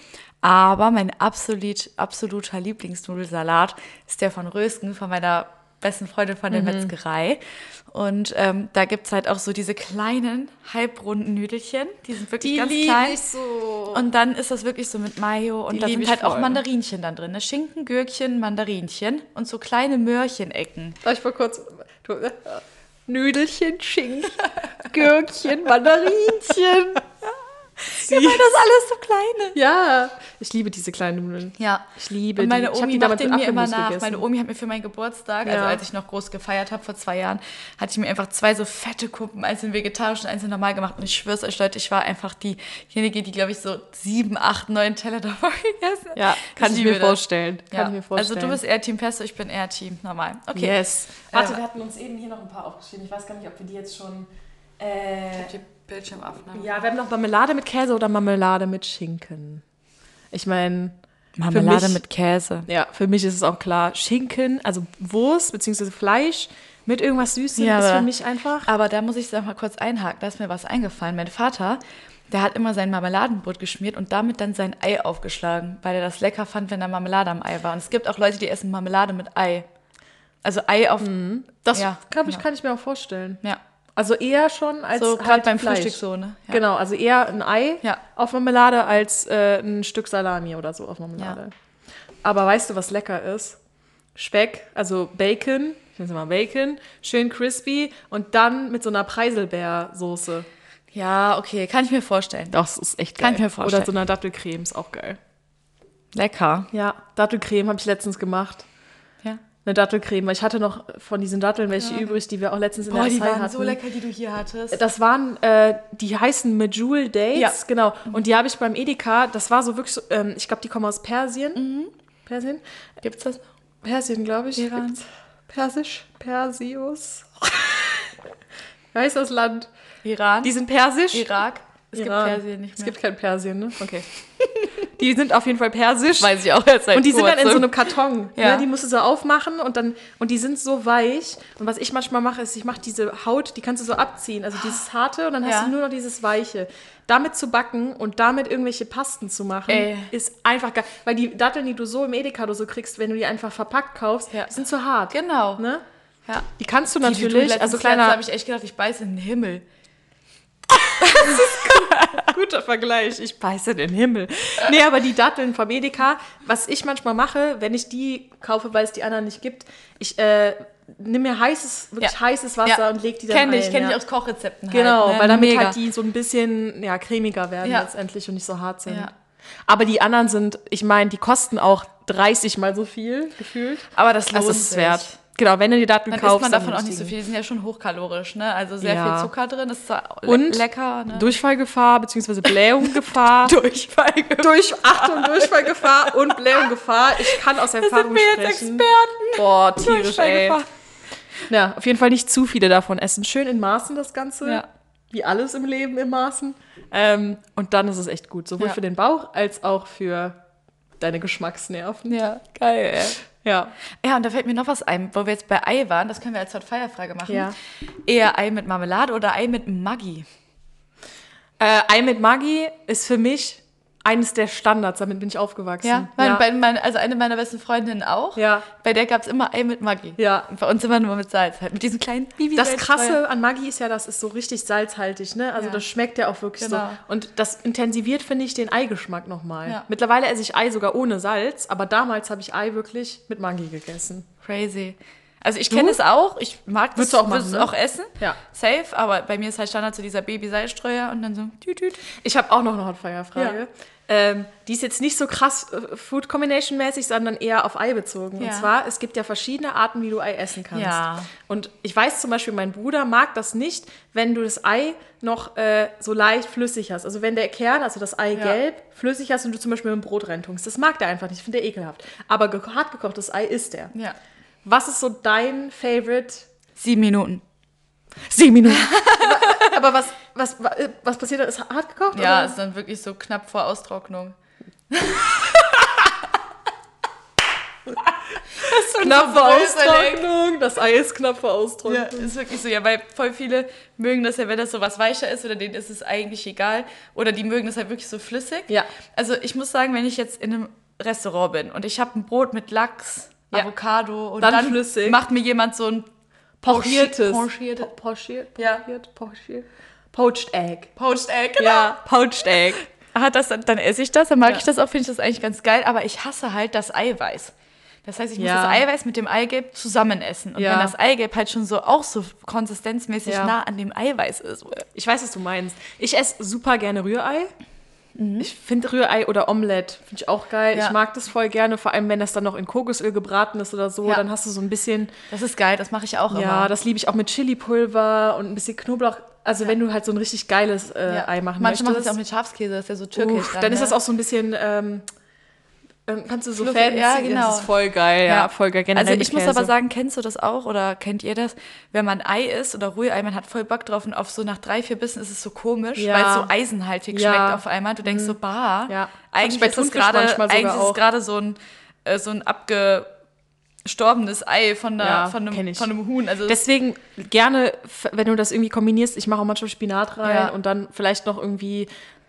Speaker 1: Aber mein absolut, absoluter Lieblingsnudelsalat ist der von Rösken, von meiner besten Freundin von der
Speaker 2: Mhm.
Speaker 1: Metzgerei. Und ähm, da gibt es halt auch so diese kleinen, halbrunden Nüdelchen. Die sind wirklich
Speaker 2: Die
Speaker 1: ganz
Speaker 2: lieb
Speaker 1: klein.
Speaker 2: ich so.
Speaker 1: Und dann ist das wirklich so mit Mayo und
Speaker 2: Die
Speaker 1: da
Speaker 2: lieb
Speaker 1: sind
Speaker 2: ich
Speaker 1: halt auch
Speaker 2: voll.
Speaker 1: Mandarinchen dann drin. Ne? Schinken, Gürkchen, Mandarinchen und so kleine Möhrchenecken.
Speaker 2: Darf ich mal kurz. Du, äh, Nüdelchen, Schinken, Gürkchen, Mandarinchen.
Speaker 1: Ja, weil das alles so kleine.
Speaker 2: [laughs] Ja, ich liebe diese kleinen Nudeln.
Speaker 1: Ja.
Speaker 2: Ich liebe
Speaker 1: Und
Speaker 2: die.
Speaker 1: meine
Speaker 2: Ich hab
Speaker 1: Omi
Speaker 2: die
Speaker 1: macht
Speaker 2: damals
Speaker 1: den
Speaker 2: mit
Speaker 1: mir immer
Speaker 2: Apfelmus
Speaker 1: nach.
Speaker 2: gegessen.
Speaker 1: Meine Omi hat mir für meinen Geburtstag, also
Speaker 2: Ja.
Speaker 1: als ich noch groß gefeiert habe vor zwei Jahren, hatte ich mir einfach zwei so fette Kuppen, eins in vegetarisch und eins in normal gemacht. Und ich schwör's euch, Leute, ich war einfach diejenige, die, glaube ich, so sieben, acht, neun Teller [laughs] davon gegessen hat.
Speaker 2: Ja, kann ich,
Speaker 1: liebe
Speaker 2: mir
Speaker 1: das.
Speaker 2: vorstellen. Kann
Speaker 1: Ja.
Speaker 2: ich mir vorstellen.
Speaker 1: Also du bist eher Team Pesto, ich bin eher Team normal. Okay.
Speaker 2: Yes.
Speaker 1: Ähm,
Speaker 2: hatten uns eben hier noch ein paar aufgeschrieben. Ich weiß gar nicht, ob wir die jetzt schon. äh,
Speaker 1: Die Bildschirmaufnahme.
Speaker 2: ja, wir haben noch Marmelade mit Käse oder Marmelade mit Schinken. Ich meine,
Speaker 1: Marmelade
Speaker 2: Für mich-
Speaker 1: mit Käse.
Speaker 2: ja, für mich ist es auch klar, Schinken, also Wurst bzw. Fleisch mit irgendwas Süßem
Speaker 1: Ja,
Speaker 2: ist
Speaker 1: aber-
Speaker 2: für mich einfach.
Speaker 1: Aber da muss ich sag mal kurz einhaken, da ist mir was eingefallen. Mein Vater, der hat immer sein Marmeladenbrot geschmiert und damit dann sein Ei aufgeschlagen, weil er das lecker fand, wenn da Marmelade am Ei war. Und es gibt auch Leute, die essen Marmelade mit Ei. Also Ei auf.
Speaker 2: Das
Speaker 1: Ja,
Speaker 2: glaube ich,
Speaker 1: genau.
Speaker 2: kann ich mir auch vorstellen.
Speaker 1: Ja.
Speaker 2: Also eher schon als
Speaker 1: So,
Speaker 2: halt
Speaker 1: gerade beim
Speaker 2: Fleisch.
Speaker 1: Frühstück so, ne? Ja.
Speaker 2: Genau, also eher ein Ei
Speaker 1: Ja.
Speaker 2: auf Marmelade als äh, ein Stück Salami oder so auf Marmelade. Aber weißt du, was lecker ist? Speck, also Bacon, ich nenne es mal Bacon, schön crispy und dann mit so einer Preiselbeersoße.
Speaker 1: Ja, okay, kann ich mir vorstellen.
Speaker 2: Das ist echt
Speaker 1: Kann
Speaker 2: geil.
Speaker 1: ich mir vorstellen.
Speaker 2: Oder so einer Dattelcreme ist auch geil.
Speaker 1: Lecker.
Speaker 2: Ja, Dattelcreme habe ich letztens gemacht.
Speaker 1: Ja.
Speaker 2: Eine Dattelcreme, weil ich hatte noch von diesen Datteln welche übrig, die wir auch letztens in der Acai hatten.
Speaker 1: die du hier hattest.
Speaker 2: Das waren, äh, die heißen Medjool Dates,
Speaker 1: Ja.
Speaker 2: genau. Und die habe ich beim Edeka, das war so wirklich, so, ähm, ich glaube, die kommen aus Persien. Persien?
Speaker 1: Gibt's das noch?
Speaker 2: Persien, glaube ich.
Speaker 1: Iran.
Speaker 2: Gibt's- Persisch? Persius. [laughs] Wie heißt das Land?
Speaker 1: Iran?
Speaker 2: Die sind persisch.
Speaker 1: Irak? Es
Speaker 2: Iran.
Speaker 1: gibt Persien nicht
Speaker 2: Es
Speaker 1: mehr.
Speaker 2: gibt kein Persien, ne?
Speaker 1: okay.
Speaker 2: Die sind auf jeden Fall persisch.
Speaker 1: Weiß ich auch jetzt seit
Speaker 2: Und die sind dann in so
Speaker 1: kurzem.
Speaker 2: einem Karton.
Speaker 1: [laughs] Ja.
Speaker 2: Ne? Die musst du so aufmachen und dann und die sind so weich. Und was ich manchmal mache, ist, ich mache diese Haut, die kannst du so abziehen, also
Speaker 1: [gasps]
Speaker 2: dieses harte und dann
Speaker 1: Ja.
Speaker 2: hast du nur noch dieses weiche. Damit zu backen und damit irgendwelche Pasten zu machen,
Speaker 1: Ey.
Speaker 2: ist einfach geil. Weil die Datteln, die du so im Edeka oder so kriegst, wenn du die einfach verpackt kaufst,
Speaker 1: Ja.
Speaker 2: die sind zu hart.
Speaker 1: Genau.
Speaker 2: Ne?
Speaker 1: Ja.
Speaker 2: Die kannst du
Speaker 1: Die, die du
Speaker 2: natürlich,
Speaker 1: letztens
Speaker 2: also
Speaker 1: hattest,
Speaker 2: kleiner
Speaker 1: habe ich echt gedacht, ich beiße in den Himmel.
Speaker 2: Guter Vergleich, ich beiße in den Himmel. [laughs] Nee, aber die Datteln vom Edeka, was ich manchmal mache, wenn ich die kaufe, weil es die anderen nicht gibt, ich äh, nehme mir heißes, wirklich
Speaker 1: Ja.
Speaker 2: heißes Wasser
Speaker 1: Ja.
Speaker 2: und lege die dann
Speaker 1: Kenn
Speaker 2: ein.
Speaker 1: ich, kenn
Speaker 2: ja.
Speaker 1: ich aus Kochrezepten
Speaker 2: Genau,
Speaker 1: halt. ne?
Speaker 2: weil damit
Speaker 1: Mega.
Speaker 2: halt die so ein bisschen ja, cremiger werden
Speaker 1: Ja.
Speaker 2: letztendlich und nicht so hart sind.
Speaker 1: Ja.
Speaker 2: Aber die anderen sind, ich meine, die kosten auch 30 mal so viel, gefühlt.
Speaker 1: Aber das lohnt
Speaker 2: Also es ist
Speaker 1: sich.
Speaker 2: wert. Genau, wenn du die Datteln
Speaker 1: Dann isst
Speaker 2: kaufst,
Speaker 1: man
Speaker 2: dann
Speaker 1: davon
Speaker 2: die
Speaker 1: auch nicht so
Speaker 2: richtigen.
Speaker 1: viel. Die sind ja schon hochkalorisch, ne? Also sehr
Speaker 2: Ja.
Speaker 1: viel Zucker drin, ist zwar le
Speaker 2: Und
Speaker 1: lecker, ne?
Speaker 2: Durchfallgefahr bzw.
Speaker 1: [laughs]
Speaker 2: Blähunggefahr.
Speaker 1: Durchfall.
Speaker 2: durch Achtung, Durchfallgefahr und Blähunggefahr. Ich kann aus Erfahrung sprechen. Boah, tierisch, ey.
Speaker 1: Durchfallgefahr.
Speaker 2: Ja, auf jeden Fall nicht zu viele davon essen. Schön in Maßen das Ganze.
Speaker 1: Ja.
Speaker 2: Wie alles im Leben in Maßen. Ähm, und dann ist es echt gut. Sowohl
Speaker 1: Ja.
Speaker 2: für den Bauch als auch für deine Geschmacksnerven.
Speaker 1: Ja, geil, ey.
Speaker 2: Ja.
Speaker 1: Ja, und da fällt mir noch was ein, wo wir jetzt bei Ei waren, das können wir als Hot Fire Frage machen.
Speaker 2: Ja.
Speaker 1: Eher Ei mit Marmelade oder Ei mit Maggi?
Speaker 2: Äh, Ei mit Maggi ist für mich eines der Standards. Damit bin ich aufgewachsen.
Speaker 1: Ja, mein, Bei, mein, also eine meiner besten Freundinnen auch.
Speaker 2: Ja.
Speaker 1: Bei der gab es immer Ei mit Maggi.
Speaker 2: Ja.
Speaker 1: Und bei uns immer nur mit Salz, halt mit diesen kleinen Bibi
Speaker 2: Das Krasse an Maggi ist ja, das ist so richtig salzhaltig, ne? Also
Speaker 1: Ja.
Speaker 2: das schmeckt ja auch wirklich
Speaker 1: Genau.
Speaker 2: so. Und das intensiviert, finde ich, den Eigeschmack nochmal.
Speaker 1: Ja.
Speaker 2: Mittlerweile esse ich Ei sogar ohne Salz, aber damals habe ich Ei wirklich mit Maggi gegessen.
Speaker 1: Crazy. Also ich kenne es auch, ich mag das,
Speaker 2: Würdest du auch machen,
Speaker 1: würd's
Speaker 2: ne?
Speaker 1: auch essen.
Speaker 2: Ja.
Speaker 1: Safe, aber bei mir ist halt Standard so dieser Baby-Salzstreuer und dann so tüt, tüt.
Speaker 2: Ich habe auch noch eine Hotfire-Frage. Ähm, die ist jetzt nicht so krass äh, Food Combination-mäßig, sondern eher auf Ei bezogen. Und
Speaker 1: Ja.
Speaker 2: zwar, es gibt ja verschiedene Arten, wie du Ei essen kannst.
Speaker 1: Ja.
Speaker 2: Und ich weiß zum Beispiel, mein Bruder mag das nicht, wenn du das Ei noch äh, so leicht flüssig hast. Also wenn der Kern, also das Eigelb, flüssig hast und du zum Beispiel mit dem Brot reintunkst. Das mag der einfach nicht, finde er ekelhaft. Aber ge- hart gekochtes Ei isst er.
Speaker 1: Ja.
Speaker 2: Was ist so dein Favorite?
Speaker 1: Sieben Minuten. Sieben Minuten.
Speaker 2: [laughs] Aber was, was, äh, was passiert da? Ist hart gekocht?
Speaker 1: Ja, ist dann wirklich so knapp vor
Speaker 2: [laughs]
Speaker 1: Austrocknung.
Speaker 2: knapp vor
Speaker 1: Das ist so ein
Speaker 2: Austrocknung. Das Ei ist knapp vor
Speaker 1: Ja,
Speaker 2: Austrocknung.
Speaker 1: ist wirklich so. Ja, weil voll viele mögen das ja, wenn das so was weicher ist oder denen ist es eigentlich egal. Oder die mögen das halt wirklich so flüssig.
Speaker 2: Ja.
Speaker 1: Also ich muss sagen, wenn ich jetzt in einem Restaurant bin und ich habe ein Brot mit Lachs,
Speaker 2: Ja.
Speaker 1: Avocado und
Speaker 2: Dann
Speaker 1: dann,
Speaker 2: flüssig.
Speaker 1: macht mir jemand so ein
Speaker 2: Pochiertes.
Speaker 1: Pochiertes.
Speaker 2: Po- Pochiert,
Speaker 1: Ja.
Speaker 2: pochiert, pochiert. Poached Egg.
Speaker 1: Poached Egg. Genau.
Speaker 2: Ja, Poached Egg.
Speaker 1: Hat Ah, das, dann esse ich das, dann mag
Speaker 2: Ja.
Speaker 1: ich das auch, finde ich das eigentlich ganz geil. Aber ich hasse halt das Eiweiß. Das heißt, ich muss
Speaker 2: Ja.
Speaker 1: das Eiweiß mit dem Eigelb zusammen essen. Und
Speaker 2: Ja.
Speaker 1: wenn das Eigelb halt schon so auch so konsistenzmäßig
Speaker 2: Ja.
Speaker 1: nah an dem Eiweiß ist. äh,
Speaker 2: Ich weiß, was du meinst. Ich esse super gerne Rührei. Ich finde Rührei oder Omelette finde ich auch geil.
Speaker 1: Mhm. Ja.
Speaker 2: Ich mag das voll gerne, vor allem wenn das dann noch in Kokosöl gebraten ist oder so.
Speaker 1: Ja. Oh,
Speaker 2: Dann hast du so ein bisschen,
Speaker 1: Das ist geil, das mache ich auch
Speaker 2: ja,
Speaker 1: immer.
Speaker 2: das liebe ich auch mit Chili-Pulver und ein bisschen Knoblauch. Also wenn du halt so ein richtig geiles äh, Ei machen
Speaker 1: Manche machen
Speaker 2: möchtest.
Speaker 1: das auch mit Schafskäse, das ist ne? ja so türkisch.
Speaker 2: Uff, dann ist das auch so ein bisschen, ähm, ähm, kannst du so
Speaker 1: Fluffy,
Speaker 2: fancy,
Speaker 1: ja, genau.
Speaker 2: das ist voll geil, ja, voll geil. Generell
Speaker 1: Also
Speaker 2: mit
Speaker 1: ich muss
Speaker 2: Käse.
Speaker 1: aber sagen, kennst du das auch oder kennt ihr das? Wenn man Ei isst oder Rührei, man hat voll Bock drauf und auf so nach drei, vier Bissen ist es so komisch,
Speaker 2: Ja.
Speaker 1: weil es so eisenhaltig
Speaker 2: Ja. Mhm.
Speaker 1: schmeckt auf einmal. Du denkst so, bah,
Speaker 2: Ja. Hab ich
Speaker 1: eigentlich
Speaker 2: bei
Speaker 1: ist es
Speaker 2: Thunfisch
Speaker 1: gerade
Speaker 2: manchmal sogar
Speaker 1: eigentlich ist
Speaker 2: auch.
Speaker 1: es gerade so ein, äh, so ein abgestorbenes Ei von, der,
Speaker 2: Ja,
Speaker 1: von,
Speaker 2: kenn
Speaker 1: einem,
Speaker 2: ich.
Speaker 1: von einem Huhn. Also
Speaker 2: Deswegen gerne, f- wenn du das irgendwie kombinierst, ich mache auch manchmal Spinat rein
Speaker 1: Ja.
Speaker 2: und dann vielleicht noch irgendwie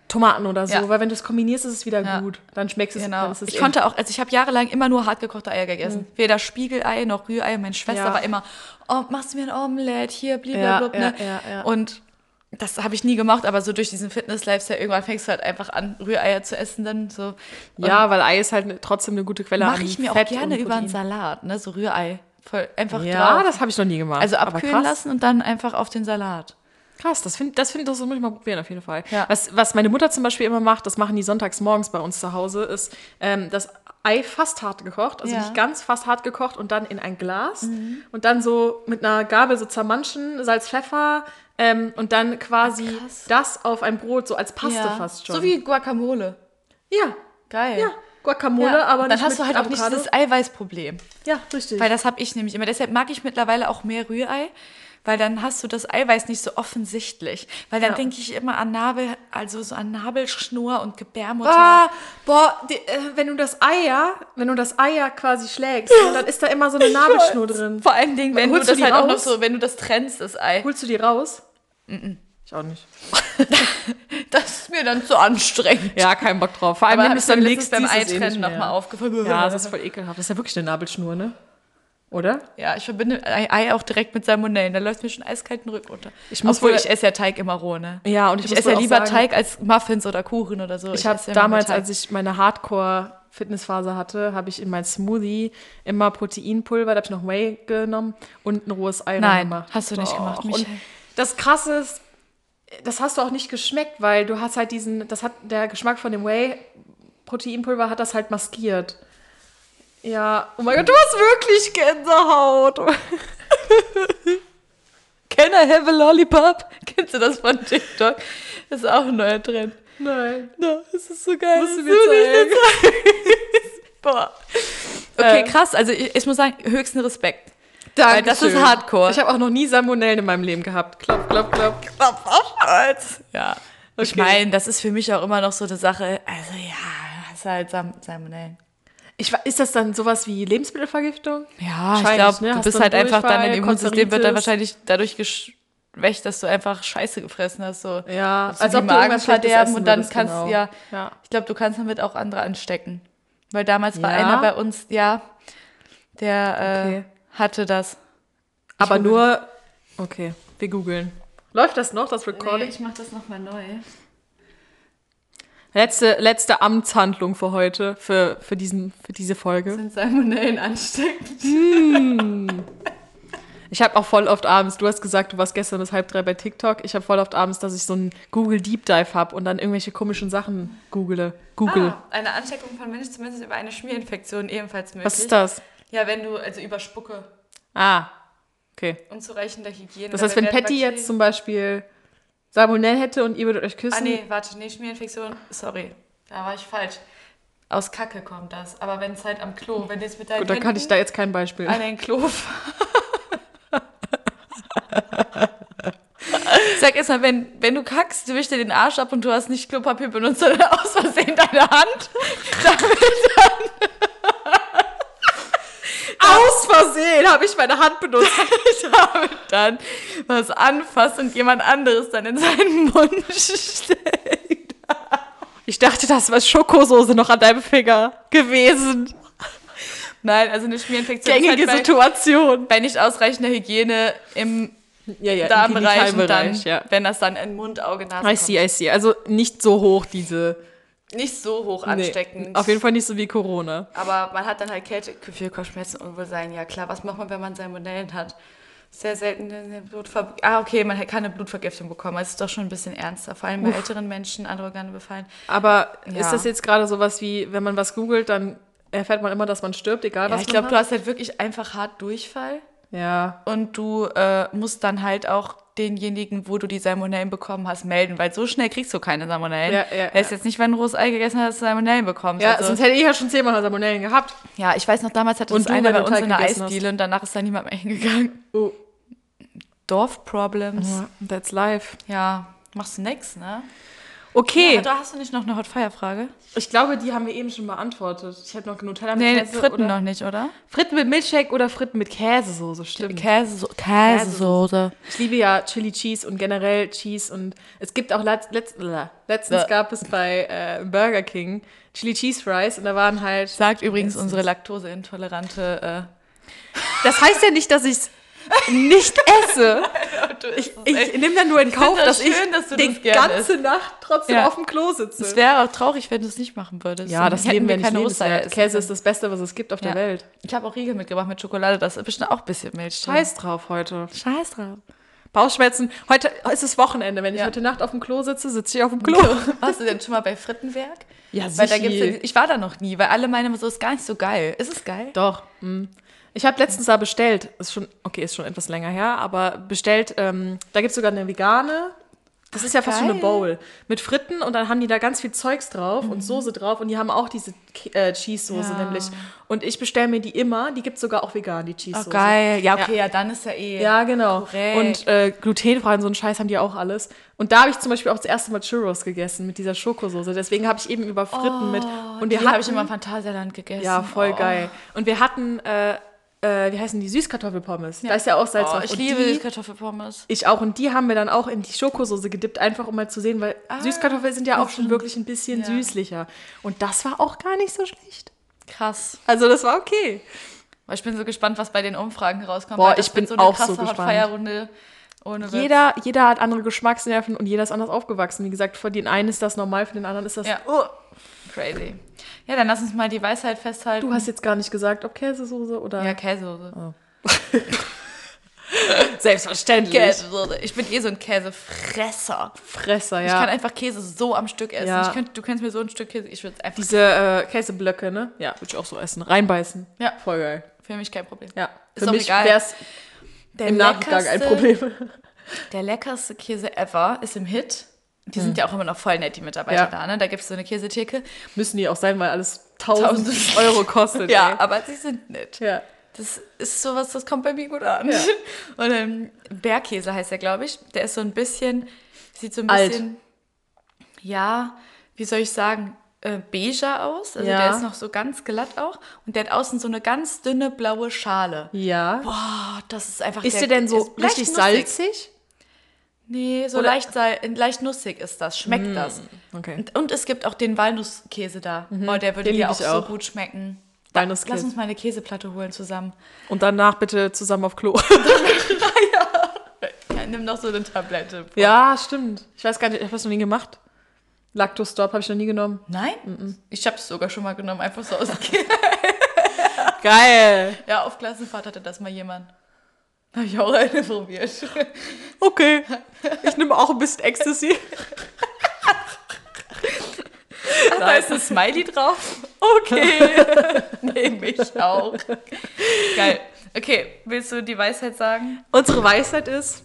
Speaker 2: Tomaten oder so,
Speaker 1: Ja.
Speaker 2: weil wenn du es kombinierst, ist es wieder
Speaker 1: Ja.
Speaker 2: gut. Dann schmeckst du es.
Speaker 1: Genau.
Speaker 2: Dann ist es
Speaker 1: Ich konnte auch, also ich habe jahrelang immer nur hartgekochte Eier gegessen. Weder Spiegelei noch Rührei. Meine Schwester
Speaker 2: Ja.
Speaker 1: war immer, oh, machst du mir ein Omelett, hier,
Speaker 2: Ja,
Speaker 1: blablabla.
Speaker 2: ja,
Speaker 1: ne?
Speaker 2: ja, ja.
Speaker 1: Und das habe ich nie gemacht, aber so durch diesen Fitness-Lifestyle irgendwann fängst du halt einfach an, Rühreier zu essen dann so. Und
Speaker 2: ja, weil Ei ist halt ne- trotzdem eine gute Quelle
Speaker 1: mache
Speaker 2: an
Speaker 1: ich mir
Speaker 2: Fett
Speaker 1: auch gerne
Speaker 2: und
Speaker 1: über einen
Speaker 2: Protein.
Speaker 1: Salat, ne, so Rührei. Voll einfach
Speaker 2: Ja,
Speaker 1: drauf.
Speaker 2: das habe ich noch nie gemacht.
Speaker 1: Also
Speaker 2: Aber
Speaker 1: abkühlen
Speaker 2: krass.
Speaker 1: lassen und dann einfach auf den Salat.
Speaker 2: Krass, das finde das find, das muss ich mal probieren auf jeden Fall.
Speaker 1: Ja.
Speaker 2: Was, was meine Mutter zum Beispiel immer macht, das machen die sonntags morgens bei uns zu Hause, ist ähm, das Ei fast hart gekocht, also
Speaker 1: Ja. Mhm.
Speaker 2: nicht ganz fast hart gekocht und dann in ein Glas und dann so mit einer Gabel so zermanschen, Salz, Pfeffer ähm, und dann quasi
Speaker 1: krass.
Speaker 2: das auf ein Brot so als Paste
Speaker 1: Ja.
Speaker 2: fast schon.
Speaker 1: So wie Guacamole.
Speaker 2: ja,
Speaker 1: Geil.
Speaker 2: ja, Guacamole,
Speaker 1: Ja.
Speaker 2: aber
Speaker 1: dann
Speaker 2: nicht
Speaker 1: hast
Speaker 2: mit
Speaker 1: du halt auch nicht
Speaker 2: Avocado.
Speaker 1: dieses Eiweißproblem.
Speaker 2: Ja, richtig.
Speaker 1: Weil das habe ich nämlich immer. Deshalb mag ich mittlerweile auch mehr Rührei, weil dann hast du das Eiweiß nicht so offensichtlich. Weil dann
Speaker 2: Ja.
Speaker 1: denke ich immer an Nabel, also so an Nabelschnur und Gebärmutter.
Speaker 2: Ah, boah, die, äh, wenn du das Ei ja, wenn du das Ei ja quasi schlägst, dann ist da immer so eine
Speaker 1: [laughs]
Speaker 2: Nabelschnur drin.
Speaker 1: Vor allen Dingen, wenn
Speaker 2: Holst
Speaker 1: du das
Speaker 2: du die
Speaker 1: halt auch noch
Speaker 2: raus?
Speaker 1: so, wenn du das trennst, das Ei.
Speaker 2: Holst du die raus? Ich auch nicht.
Speaker 1: Das ist mir dann zu anstrengend.
Speaker 2: Ja, keinen Bock drauf. Vor allem, wenn du es dann legst,
Speaker 1: beim
Speaker 2: siehst du es eh
Speaker 1: Eitrennen
Speaker 2: nicht mehr.
Speaker 1: nochmal aufgefallen.
Speaker 2: Ja, das ist voll ekelhaft. Das ist ja wirklich eine Nabelschnur, ne? Oder?
Speaker 1: ja, ich verbinde Ei Ei auch direkt mit Salmonellen. Da läuft mir schon eiskalten Rücken runter.
Speaker 2: Ich muss
Speaker 1: Obwohl,
Speaker 2: wohl-
Speaker 1: ich esse ja Teig immer roh, ne?
Speaker 2: Ja, und ich,
Speaker 1: Ich esse ja lieber Teig als Muffins oder Kuchen oder so.
Speaker 2: Ich habe
Speaker 1: esse ja immer
Speaker 2: damals,
Speaker 1: Teig.
Speaker 2: als ich meine Hardcore-Fitnessphase hatte, habe ich in mein Smoothie immer Proteinpulver, da habe ich noch Whey genommen und ein rohes Ei
Speaker 1: Nein,
Speaker 2: gemacht.
Speaker 1: hast du nicht gemacht,
Speaker 2: Und
Speaker 1: Michael.
Speaker 2: das Krasse ist, das hast du auch nicht geschmeckt, weil du hast halt diesen, das hat der Geschmack von dem Whey Proteinpulver hat das halt maskiert. Ja, oh mein Gott, du hast wirklich Gänsehaut. [laughs]
Speaker 1: Can I have a lollipop? [laughs] Kennst du das von TikTok? Das ist auch ein neuer Trend.
Speaker 2: Nein.
Speaker 1: No, das ist so geil.
Speaker 2: Musst
Speaker 1: das
Speaker 2: du mir
Speaker 1: ist so nicht
Speaker 2: zeigen.
Speaker 1: das- [laughs] Boah. Okay,
Speaker 2: Ähm.
Speaker 1: krass. Also ich, ich muss sagen, höchsten Respekt.
Speaker 2: Dankeschön.
Speaker 1: das ist Hardcore.
Speaker 2: Ich habe auch noch nie Salmonellen in meinem Leben gehabt. Klopf, klopf, klopf.
Speaker 1: Ja. Ich
Speaker 2: Okay.
Speaker 1: meine, das ist für mich auch immer noch so eine Sache. Also ja, das ist halt Sam Salmonellen.
Speaker 2: Ich, wa- ist das dann sowas wie Lebensmittelvergiftung?
Speaker 1: Ja, ich
Speaker 2: Wahrscheinlich,
Speaker 1: glaube,
Speaker 2: ne?
Speaker 1: du
Speaker 2: Hast
Speaker 1: bist
Speaker 2: dann
Speaker 1: halt einfach dann, dein
Speaker 2: Durchfall,
Speaker 1: Immunsystem wird dann
Speaker 2: Konzeritis.
Speaker 1: wahrscheinlich dadurch geschwächt, dass du einfach Scheiße gefressen hast. So.
Speaker 2: Ja,
Speaker 1: als ob du irgendwas verderben und dann kannst, genau. ja,
Speaker 2: genau. Ja.
Speaker 1: ich glaube, du kannst damit auch andere anstecken. Weil damals war
Speaker 2: Ja?
Speaker 1: einer bei uns, ja, der
Speaker 2: Okay.
Speaker 1: äh, hatte das.
Speaker 2: Aber nur. Okay, wir googeln. Läuft das noch, das Recording?
Speaker 1: ich mach das nochmal neu.
Speaker 2: Letzte, letzte Amtshandlung für heute, für, für, diesen, für diese Folge.
Speaker 1: Sind Salmonellen ansteckend?
Speaker 2: Ich habe auch voll oft abends, du hast gesagt, du warst gestern bis halb drei bei TikTok. Ich habe voll oft abends, dass ich so einen Google Deep Dive habe und dann irgendwelche komischen Sachen google. Google.
Speaker 1: Ah, eine Ansteckung von Menschen zumindest über eine Schmierinfektion ebenfalls möglich.
Speaker 2: Was ist das?
Speaker 1: Ja, wenn du, also über Spucke,
Speaker 2: Ah, okay.
Speaker 1: unzureichender Hygiene.
Speaker 2: Das heißt, wenn
Speaker 1: werden
Speaker 2: Patty
Speaker 1: Bakterien-
Speaker 2: jetzt zum Beispiel Salmonellen hätte und ihr würdet euch küssen.
Speaker 1: Ah, nee, warte, nee, Schmierinfektion, sorry, da war ich falsch. Aus Kacke kommt das, aber wenn es halt am Klo, wenn du Ah, jetzt mit deinen
Speaker 2: Gut, dann kann ich
Speaker 1: Händen-
Speaker 2: da jetzt kein Beispiel.
Speaker 1: an ein Klo. fahren. [laughs] sag erstmal, wenn, wenn du kackst, wisch dir den Arsch ab und du hast nicht Klopapier benutzt, sondern [laughs] aus Versehen deine Hand. [laughs] Aus Versehen habe ich meine Hand benutzt. damit dann was anfasst und jemand anderes dann in seinen [laughs] Mund steckt.
Speaker 2: Ich dachte, das war Schokosoße noch an deinem Finger gewesen.
Speaker 1: Nein, also eine Schmierinfektion
Speaker 2: Gängige
Speaker 1: ist halt bei,
Speaker 2: Situation.
Speaker 1: bei nicht ausreichender Hygiene im
Speaker 2: Ja, ja,
Speaker 1: Darmbereich und dann,
Speaker 2: Bereich, ja.
Speaker 1: wenn das dann in Mund, Auge, Nase
Speaker 2: I
Speaker 1: kommt.
Speaker 2: see, I see. Also nicht so hoch diese.
Speaker 1: Nicht so hoch
Speaker 2: Nee,
Speaker 1: ansteckend.
Speaker 2: auf jeden Fall nicht so wie Corona.
Speaker 1: Aber man hat dann halt Kälte, viel Kopfschmerzen, Unwohlsein. Ja klar, was macht man, wenn man Salmonellen hat? Sehr selten eine Blutver Ah, okay, man kann eine Blutvergiftung bekommen. Das ist doch schon ein bisschen ernster. Vor allem bei älteren Menschen, andere Organe befallen.
Speaker 2: Aber
Speaker 1: Ja.
Speaker 2: ist das jetzt gerade sowas wie, wenn man was googelt, dann erfährt man immer, dass man stirbt, egal
Speaker 1: Ja,
Speaker 2: was
Speaker 1: ich glaube,
Speaker 2: man
Speaker 1: du hast halt wirklich einfach hart Durchfall.
Speaker 2: hat? Ja.
Speaker 1: Und du äh, musst dann halt auch denjenigen, wo du die Salmonellen bekommen hast, melden. Weil so schnell kriegst du keine Salmonellen.
Speaker 2: Ja, ja,
Speaker 1: Weißt
Speaker 2: ja.
Speaker 1: jetzt nicht, wenn du ein rohes Ei gegessen hast, dass du Salmonellen bekommst.
Speaker 2: Ja,
Speaker 1: Also-
Speaker 2: sonst hätte ich ja schon zehnmal Salmonellen gehabt.
Speaker 1: Ja, ich weiß noch, damals hatte
Speaker 2: Und
Speaker 1: das
Speaker 2: du,
Speaker 1: einer
Speaker 2: wenn
Speaker 1: bei
Speaker 2: du
Speaker 1: uns
Speaker 2: Teig
Speaker 1: in der
Speaker 2: gegessen hast.
Speaker 1: Eisdiele und danach ist da niemand mehr hingegangen.
Speaker 2: Oh.
Speaker 1: Dorf-Problems.
Speaker 2: That's life.
Speaker 1: Ja, machst du nix, ne?
Speaker 2: Okay.
Speaker 1: Ja, da hast du nicht noch eine Hot-Fire-Frage?
Speaker 2: ich glaube, die haben wir eben schon beantwortet. Ich hätte noch Nutella mit
Speaker 1: Nee,
Speaker 2: Käse.
Speaker 1: Fritten
Speaker 2: oder
Speaker 1: noch nicht, oder?
Speaker 2: Fritten mit Milchshake oder Fritten mit Käsesoße, stimmt.
Speaker 1: Käse Käsesoße.
Speaker 2: Ich liebe ja Chili Cheese und generell Cheese und es gibt auch letzt, letzt, äh, letztens
Speaker 1: Ja.
Speaker 2: gab es bei äh, Burger King Chili Cheese Fries und da waren halt.
Speaker 1: Sagt übrigens unsere laktoseintolerante. äh,
Speaker 2: Das heißt ja nicht, dass ich es nicht
Speaker 1: [laughs]
Speaker 2: esse.
Speaker 1: Ich,
Speaker 2: Ich nehme dann nur in Kauf,
Speaker 1: Oh, das
Speaker 2: dass ich
Speaker 1: schön, dass du
Speaker 2: die
Speaker 1: das gerne
Speaker 2: ganze Nacht trotzdem
Speaker 1: Ja.
Speaker 2: auf dem Klo sitze.
Speaker 1: es wäre auch traurig, wenn du es nicht machen würdest.
Speaker 2: ja, das
Speaker 1: Dann hätten
Speaker 2: Leben wäre nicht
Speaker 1: keine
Speaker 2: lebenswert.
Speaker 1: Osterei.
Speaker 2: Käse ist das Beste, was es gibt auf
Speaker 1: Ja.
Speaker 2: der Welt.
Speaker 1: Ich habe auch Riegel mitgebracht mit Schokolade. Da ist bestimmt auch ein bisschen Milch drin.
Speaker 2: Scheiß drauf heute.
Speaker 1: Scheiß drauf.
Speaker 2: Bauchschmerzen. Heute ist es Wochenende. Wenn ich
Speaker 1: Ja.
Speaker 2: heute Nacht auf dem Klo sitze, sitze
Speaker 1: [laughs]
Speaker 2: ich auf dem Klo.
Speaker 1: Warst du denn schon mal bei Frittenwerk?
Speaker 2: Ja,
Speaker 1: Weil da gibt's,
Speaker 2: sicher.
Speaker 1: ja- ich war da noch nie, weil alle meinen immer so, ist gar nicht so geil. Ist es geil?
Speaker 2: Doch. mm. Ich habe letztens da bestellt, ist schon, okay, ist schon etwas länger her, aber bestellt, ähm, da gibt es sogar eine vegane. Das ist ja fast schon eine
Speaker 1: geil. Mhm.
Speaker 2: Bowl. Mit Fritten und dann haben die da ganz viel Zeugs drauf und Soße drauf und die haben auch diese K- äh, Cheese-Soße
Speaker 1: Ja.
Speaker 2: nämlich. Und ich bestelle mir die immer, die gibt es sogar auch vegan, die Cheese-Soße.
Speaker 1: Oh, Ja, okay, ja, dann ist ja eh.
Speaker 2: Ja, genau.
Speaker 1: Korrekt.
Speaker 2: Und äh, glutenfrei und so einen Scheiß haben die auch alles. Und da habe ich zum Beispiel auch das erste Mal Churros gegessen mit dieser Schokosoße. Deswegen habe ich eben über Fritten mit. Und wir
Speaker 1: Oh, die habe ich
Speaker 2: hatten-
Speaker 1: immer im Phantasialand gegessen.
Speaker 2: ja, voll
Speaker 1: Oh.
Speaker 2: geil. Und wir hatten, äh, äh, wie heißen die? Süßkartoffelpommes. Da ist ja auch Salz
Speaker 1: Oh,
Speaker 2: drauf.
Speaker 1: ich
Speaker 2: und
Speaker 1: liebe
Speaker 2: die,
Speaker 1: Süßkartoffelpommes.
Speaker 2: Ich auch. Und die haben wir dann auch in die Schokosoße gedippt, einfach um mal zu sehen, weil Süßkartoffeln sind ja auch schon wirklich ein bisschen
Speaker 1: Ah, Ja.
Speaker 2: süßlicher. Und das war auch gar nicht so schlecht.
Speaker 1: Krass.
Speaker 2: Also das war okay.
Speaker 1: Ich bin so gespannt, was bei den Umfragen rauskommt.
Speaker 2: Boah,
Speaker 1: weil das
Speaker 2: ich
Speaker 1: wird
Speaker 2: bin
Speaker 1: so eine
Speaker 2: auch
Speaker 1: krasse
Speaker 2: so gespannt.
Speaker 1: Hotfire-Runde ohne Witz.
Speaker 2: Jeder, jeder hat andere Geschmacksnerven und jeder ist anders aufgewachsen. Wie gesagt, für den einen ist das normal, für den anderen ist das...
Speaker 1: Ja. Oh. Crazy. Ja, dann lass uns mal die Weisheit festhalten.
Speaker 2: Du hast jetzt gar nicht gesagt, ob Käsesoße oder...
Speaker 1: ja, Käsesoße.
Speaker 2: selbstverständlich.
Speaker 1: Käsesoße. Ich bin eh so ein Käsefresser.
Speaker 2: Fresser, ja.
Speaker 1: Ich kann einfach Käse so am Stück essen.
Speaker 2: Ja.
Speaker 1: Ich könnt, du kennst mir so ein Stück Käse. Ich würde es einfach.
Speaker 2: Diese äh, Käseblöcke, ne? Ja, würde ich auch so essen. Reinbeißen.
Speaker 1: Ja.
Speaker 2: Voll geil.
Speaker 1: Für mich kein Problem.
Speaker 2: Ja.
Speaker 1: Ist
Speaker 2: Für
Speaker 1: auch
Speaker 2: mich
Speaker 1: egal.
Speaker 2: wäre es
Speaker 1: Der
Speaker 2: im Nachgang ein
Speaker 1: leckerste-
Speaker 2: Problem. [laughs]
Speaker 1: Der leckerste Käse ever ist im Hit. Die sind ja auch immer noch voll nett, die Mitarbeiter
Speaker 2: Hm. Ja.
Speaker 1: da, ne? Da gibt es so eine Käsetheke.
Speaker 2: Müssen die auch sein, weil alles 1000
Speaker 1: 1000
Speaker 2: [laughs] Euro kostet.
Speaker 1: Ja, aber sie sind nett.
Speaker 2: Ey. Ja.
Speaker 1: Das ist sowas, das kommt bei mir gut an.
Speaker 2: Ja.
Speaker 1: [laughs] Und ähm, Bergkäse heißt der, glaube ich. Der ist so ein bisschen, sieht so ein
Speaker 2: Alt.
Speaker 1: bisschen, ja, wie soll ich sagen, äh, beiger aus. Also
Speaker 2: Ja.
Speaker 1: der ist noch so ganz glatt auch. Und der hat außen so eine ganz dünne blaue Schale.
Speaker 2: Ja.
Speaker 1: Boah, das ist einfach
Speaker 2: ist der denn so
Speaker 1: ist leicht
Speaker 2: richtig
Speaker 1: nussig.
Speaker 2: salzig?
Speaker 1: Nee, so
Speaker 2: Oder-
Speaker 1: leicht, sal leicht nussig ist das, schmeckt das.
Speaker 2: Okay.
Speaker 1: Und, und es gibt auch den Walnusskäse da. Oh, der würde
Speaker 2: Den
Speaker 1: dir
Speaker 2: lieb
Speaker 1: auch,
Speaker 2: ich
Speaker 1: so
Speaker 2: auch.
Speaker 1: gut schmecken.
Speaker 2: Deines
Speaker 1: Lass uns
Speaker 2: Kind.
Speaker 1: mal eine Käseplatte holen zusammen.
Speaker 2: Und danach bitte zusammen auf Klo. [laughs]
Speaker 1: Ja, nimm noch so eine Tablette.
Speaker 2: ja, stimmt. Ich weiß gar nicht, ich habe das noch nie gemacht. Lactostop habe ich noch nie genommen.
Speaker 1: Nein? Ich habe es sogar schon mal genommen, einfach so aus dem [laughs] Käse.
Speaker 2: Geil.
Speaker 1: Ja, auf Klassenfahrt hatte das mal jemand. Habe ich auch eine probiert.
Speaker 2: [laughs] Okay. Ich nehme auch ein bisschen Ecstasy.
Speaker 1: da ist ein Smiley drauf.
Speaker 2: Okay.
Speaker 1: [laughs] Nehme ich auch. Geil. Okay, willst du die Weisheit sagen?
Speaker 2: Unsere Weisheit ist,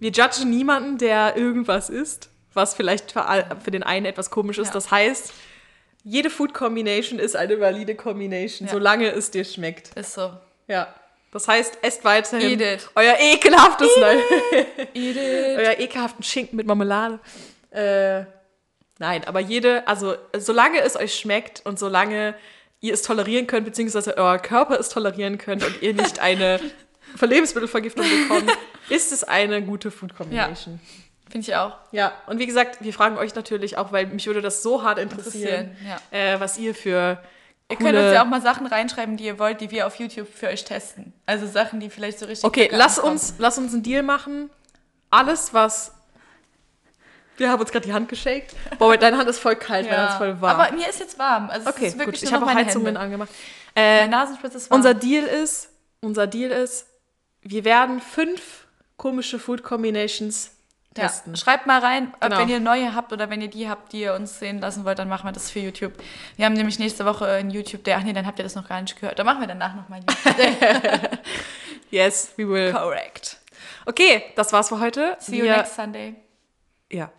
Speaker 2: wir judgen niemanden, der irgendwas isst, was vielleicht für, all- für den einen etwas komisch ist.
Speaker 1: Ja.
Speaker 2: Das heißt, jede Food Combination ist eine valide Combination,
Speaker 1: Ja.
Speaker 2: solange es dir schmeckt.
Speaker 1: Ist so.
Speaker 2: Ja. Das heißt, esst weiterhin
Speaker 1: Edith.
Speaker 2: euer ekelhaftes, nein,
Speaker 1: Edith.
Speaker 2: euer ekelhaften Schinken mit Marmelade. Äh, nein, aber jede, also solange es euch schmeckt und solange ihr es tolerieren könnt, beziehungsweise euer Körper es tolerieren könnt und ihr nicht [laughs] eine Ver- Lebensmittelvergiftung [laughs] bekommt, ist es eine gute Food Combination.
Speaker 1: Finde ich auch.
Speaker 2: Ja. und wie gesagt, wir fragen euch natürlich auch, weil mich würde das so hart interessieren,
Speaker 1: Interessieren,
Speaker 2: äh, was ihr für
Speaker 1: Ihr
Speaker 2: coole-
Speaker 1: könnt uns ja auch mal Sachen reinschreiben, die ihr wollt, die wir auf YouTube für euch testen. Also Sachen, die vielleicht so richtig.
Speaker 2: Okay,
Speaker 1: kacke
Speaker 2: lass
Speaker 1: ankommen.
Speaker 2: uns, lass uns einen Deal machen. Alles, was. Wir haben uns gerade die Hand geschenkt. Boah, deine Hand ist voll kalt, meine Hand ist
Speaker 1: Ja.
Speaker 2: voll warm.
Speaker 1: Aber mir ist jetzt warm. Also es
Speaker 2: okay,
Speaker 1: ist wirklich
Speaker 2: gut, ich
Speaker 1: nur
Speaker 2: habe
Speaker 1: noch
Speaker 2: auch
Speaker 1: meine
Speaker 2: Heizungen
Speaker 1: Hände. Ah.
Speaker 2: angemacht.
Speaker 1: Mein
Speaker 2: Äh,
Speaker 1: Nasenspritz ist warm.
Speaker 2: unser Deal ist, unser Deal ist, wir werden fünf komische Food Combinations
Speaker 1: ja.
Speaker 2: testen.
Speaker 1: Schreibt mal rein, ob
Speaker 2: Genau.
Speaker 1: wenn ihr neue habt oder wenn ihr die habt, die ihr uns sehen lassen wollt, dann machen wir das für YouTube. Wir haben nämlich nächste Woche in YouTube, der, ach nee, dann habt ihr das noch gar nicht gehört. Dann machen wir danach
Speaker 2: [laughs]
Speaker 1: nochmal YouTube.
Speaker 2: Yes, we will.
Speaker 1: Correct.
Speaker 2: Okay, das war's für heute.
Speaker 1: See you
Speaker 2: wir,
Speaker 1: next Sunday.
Speaker 2: Ja.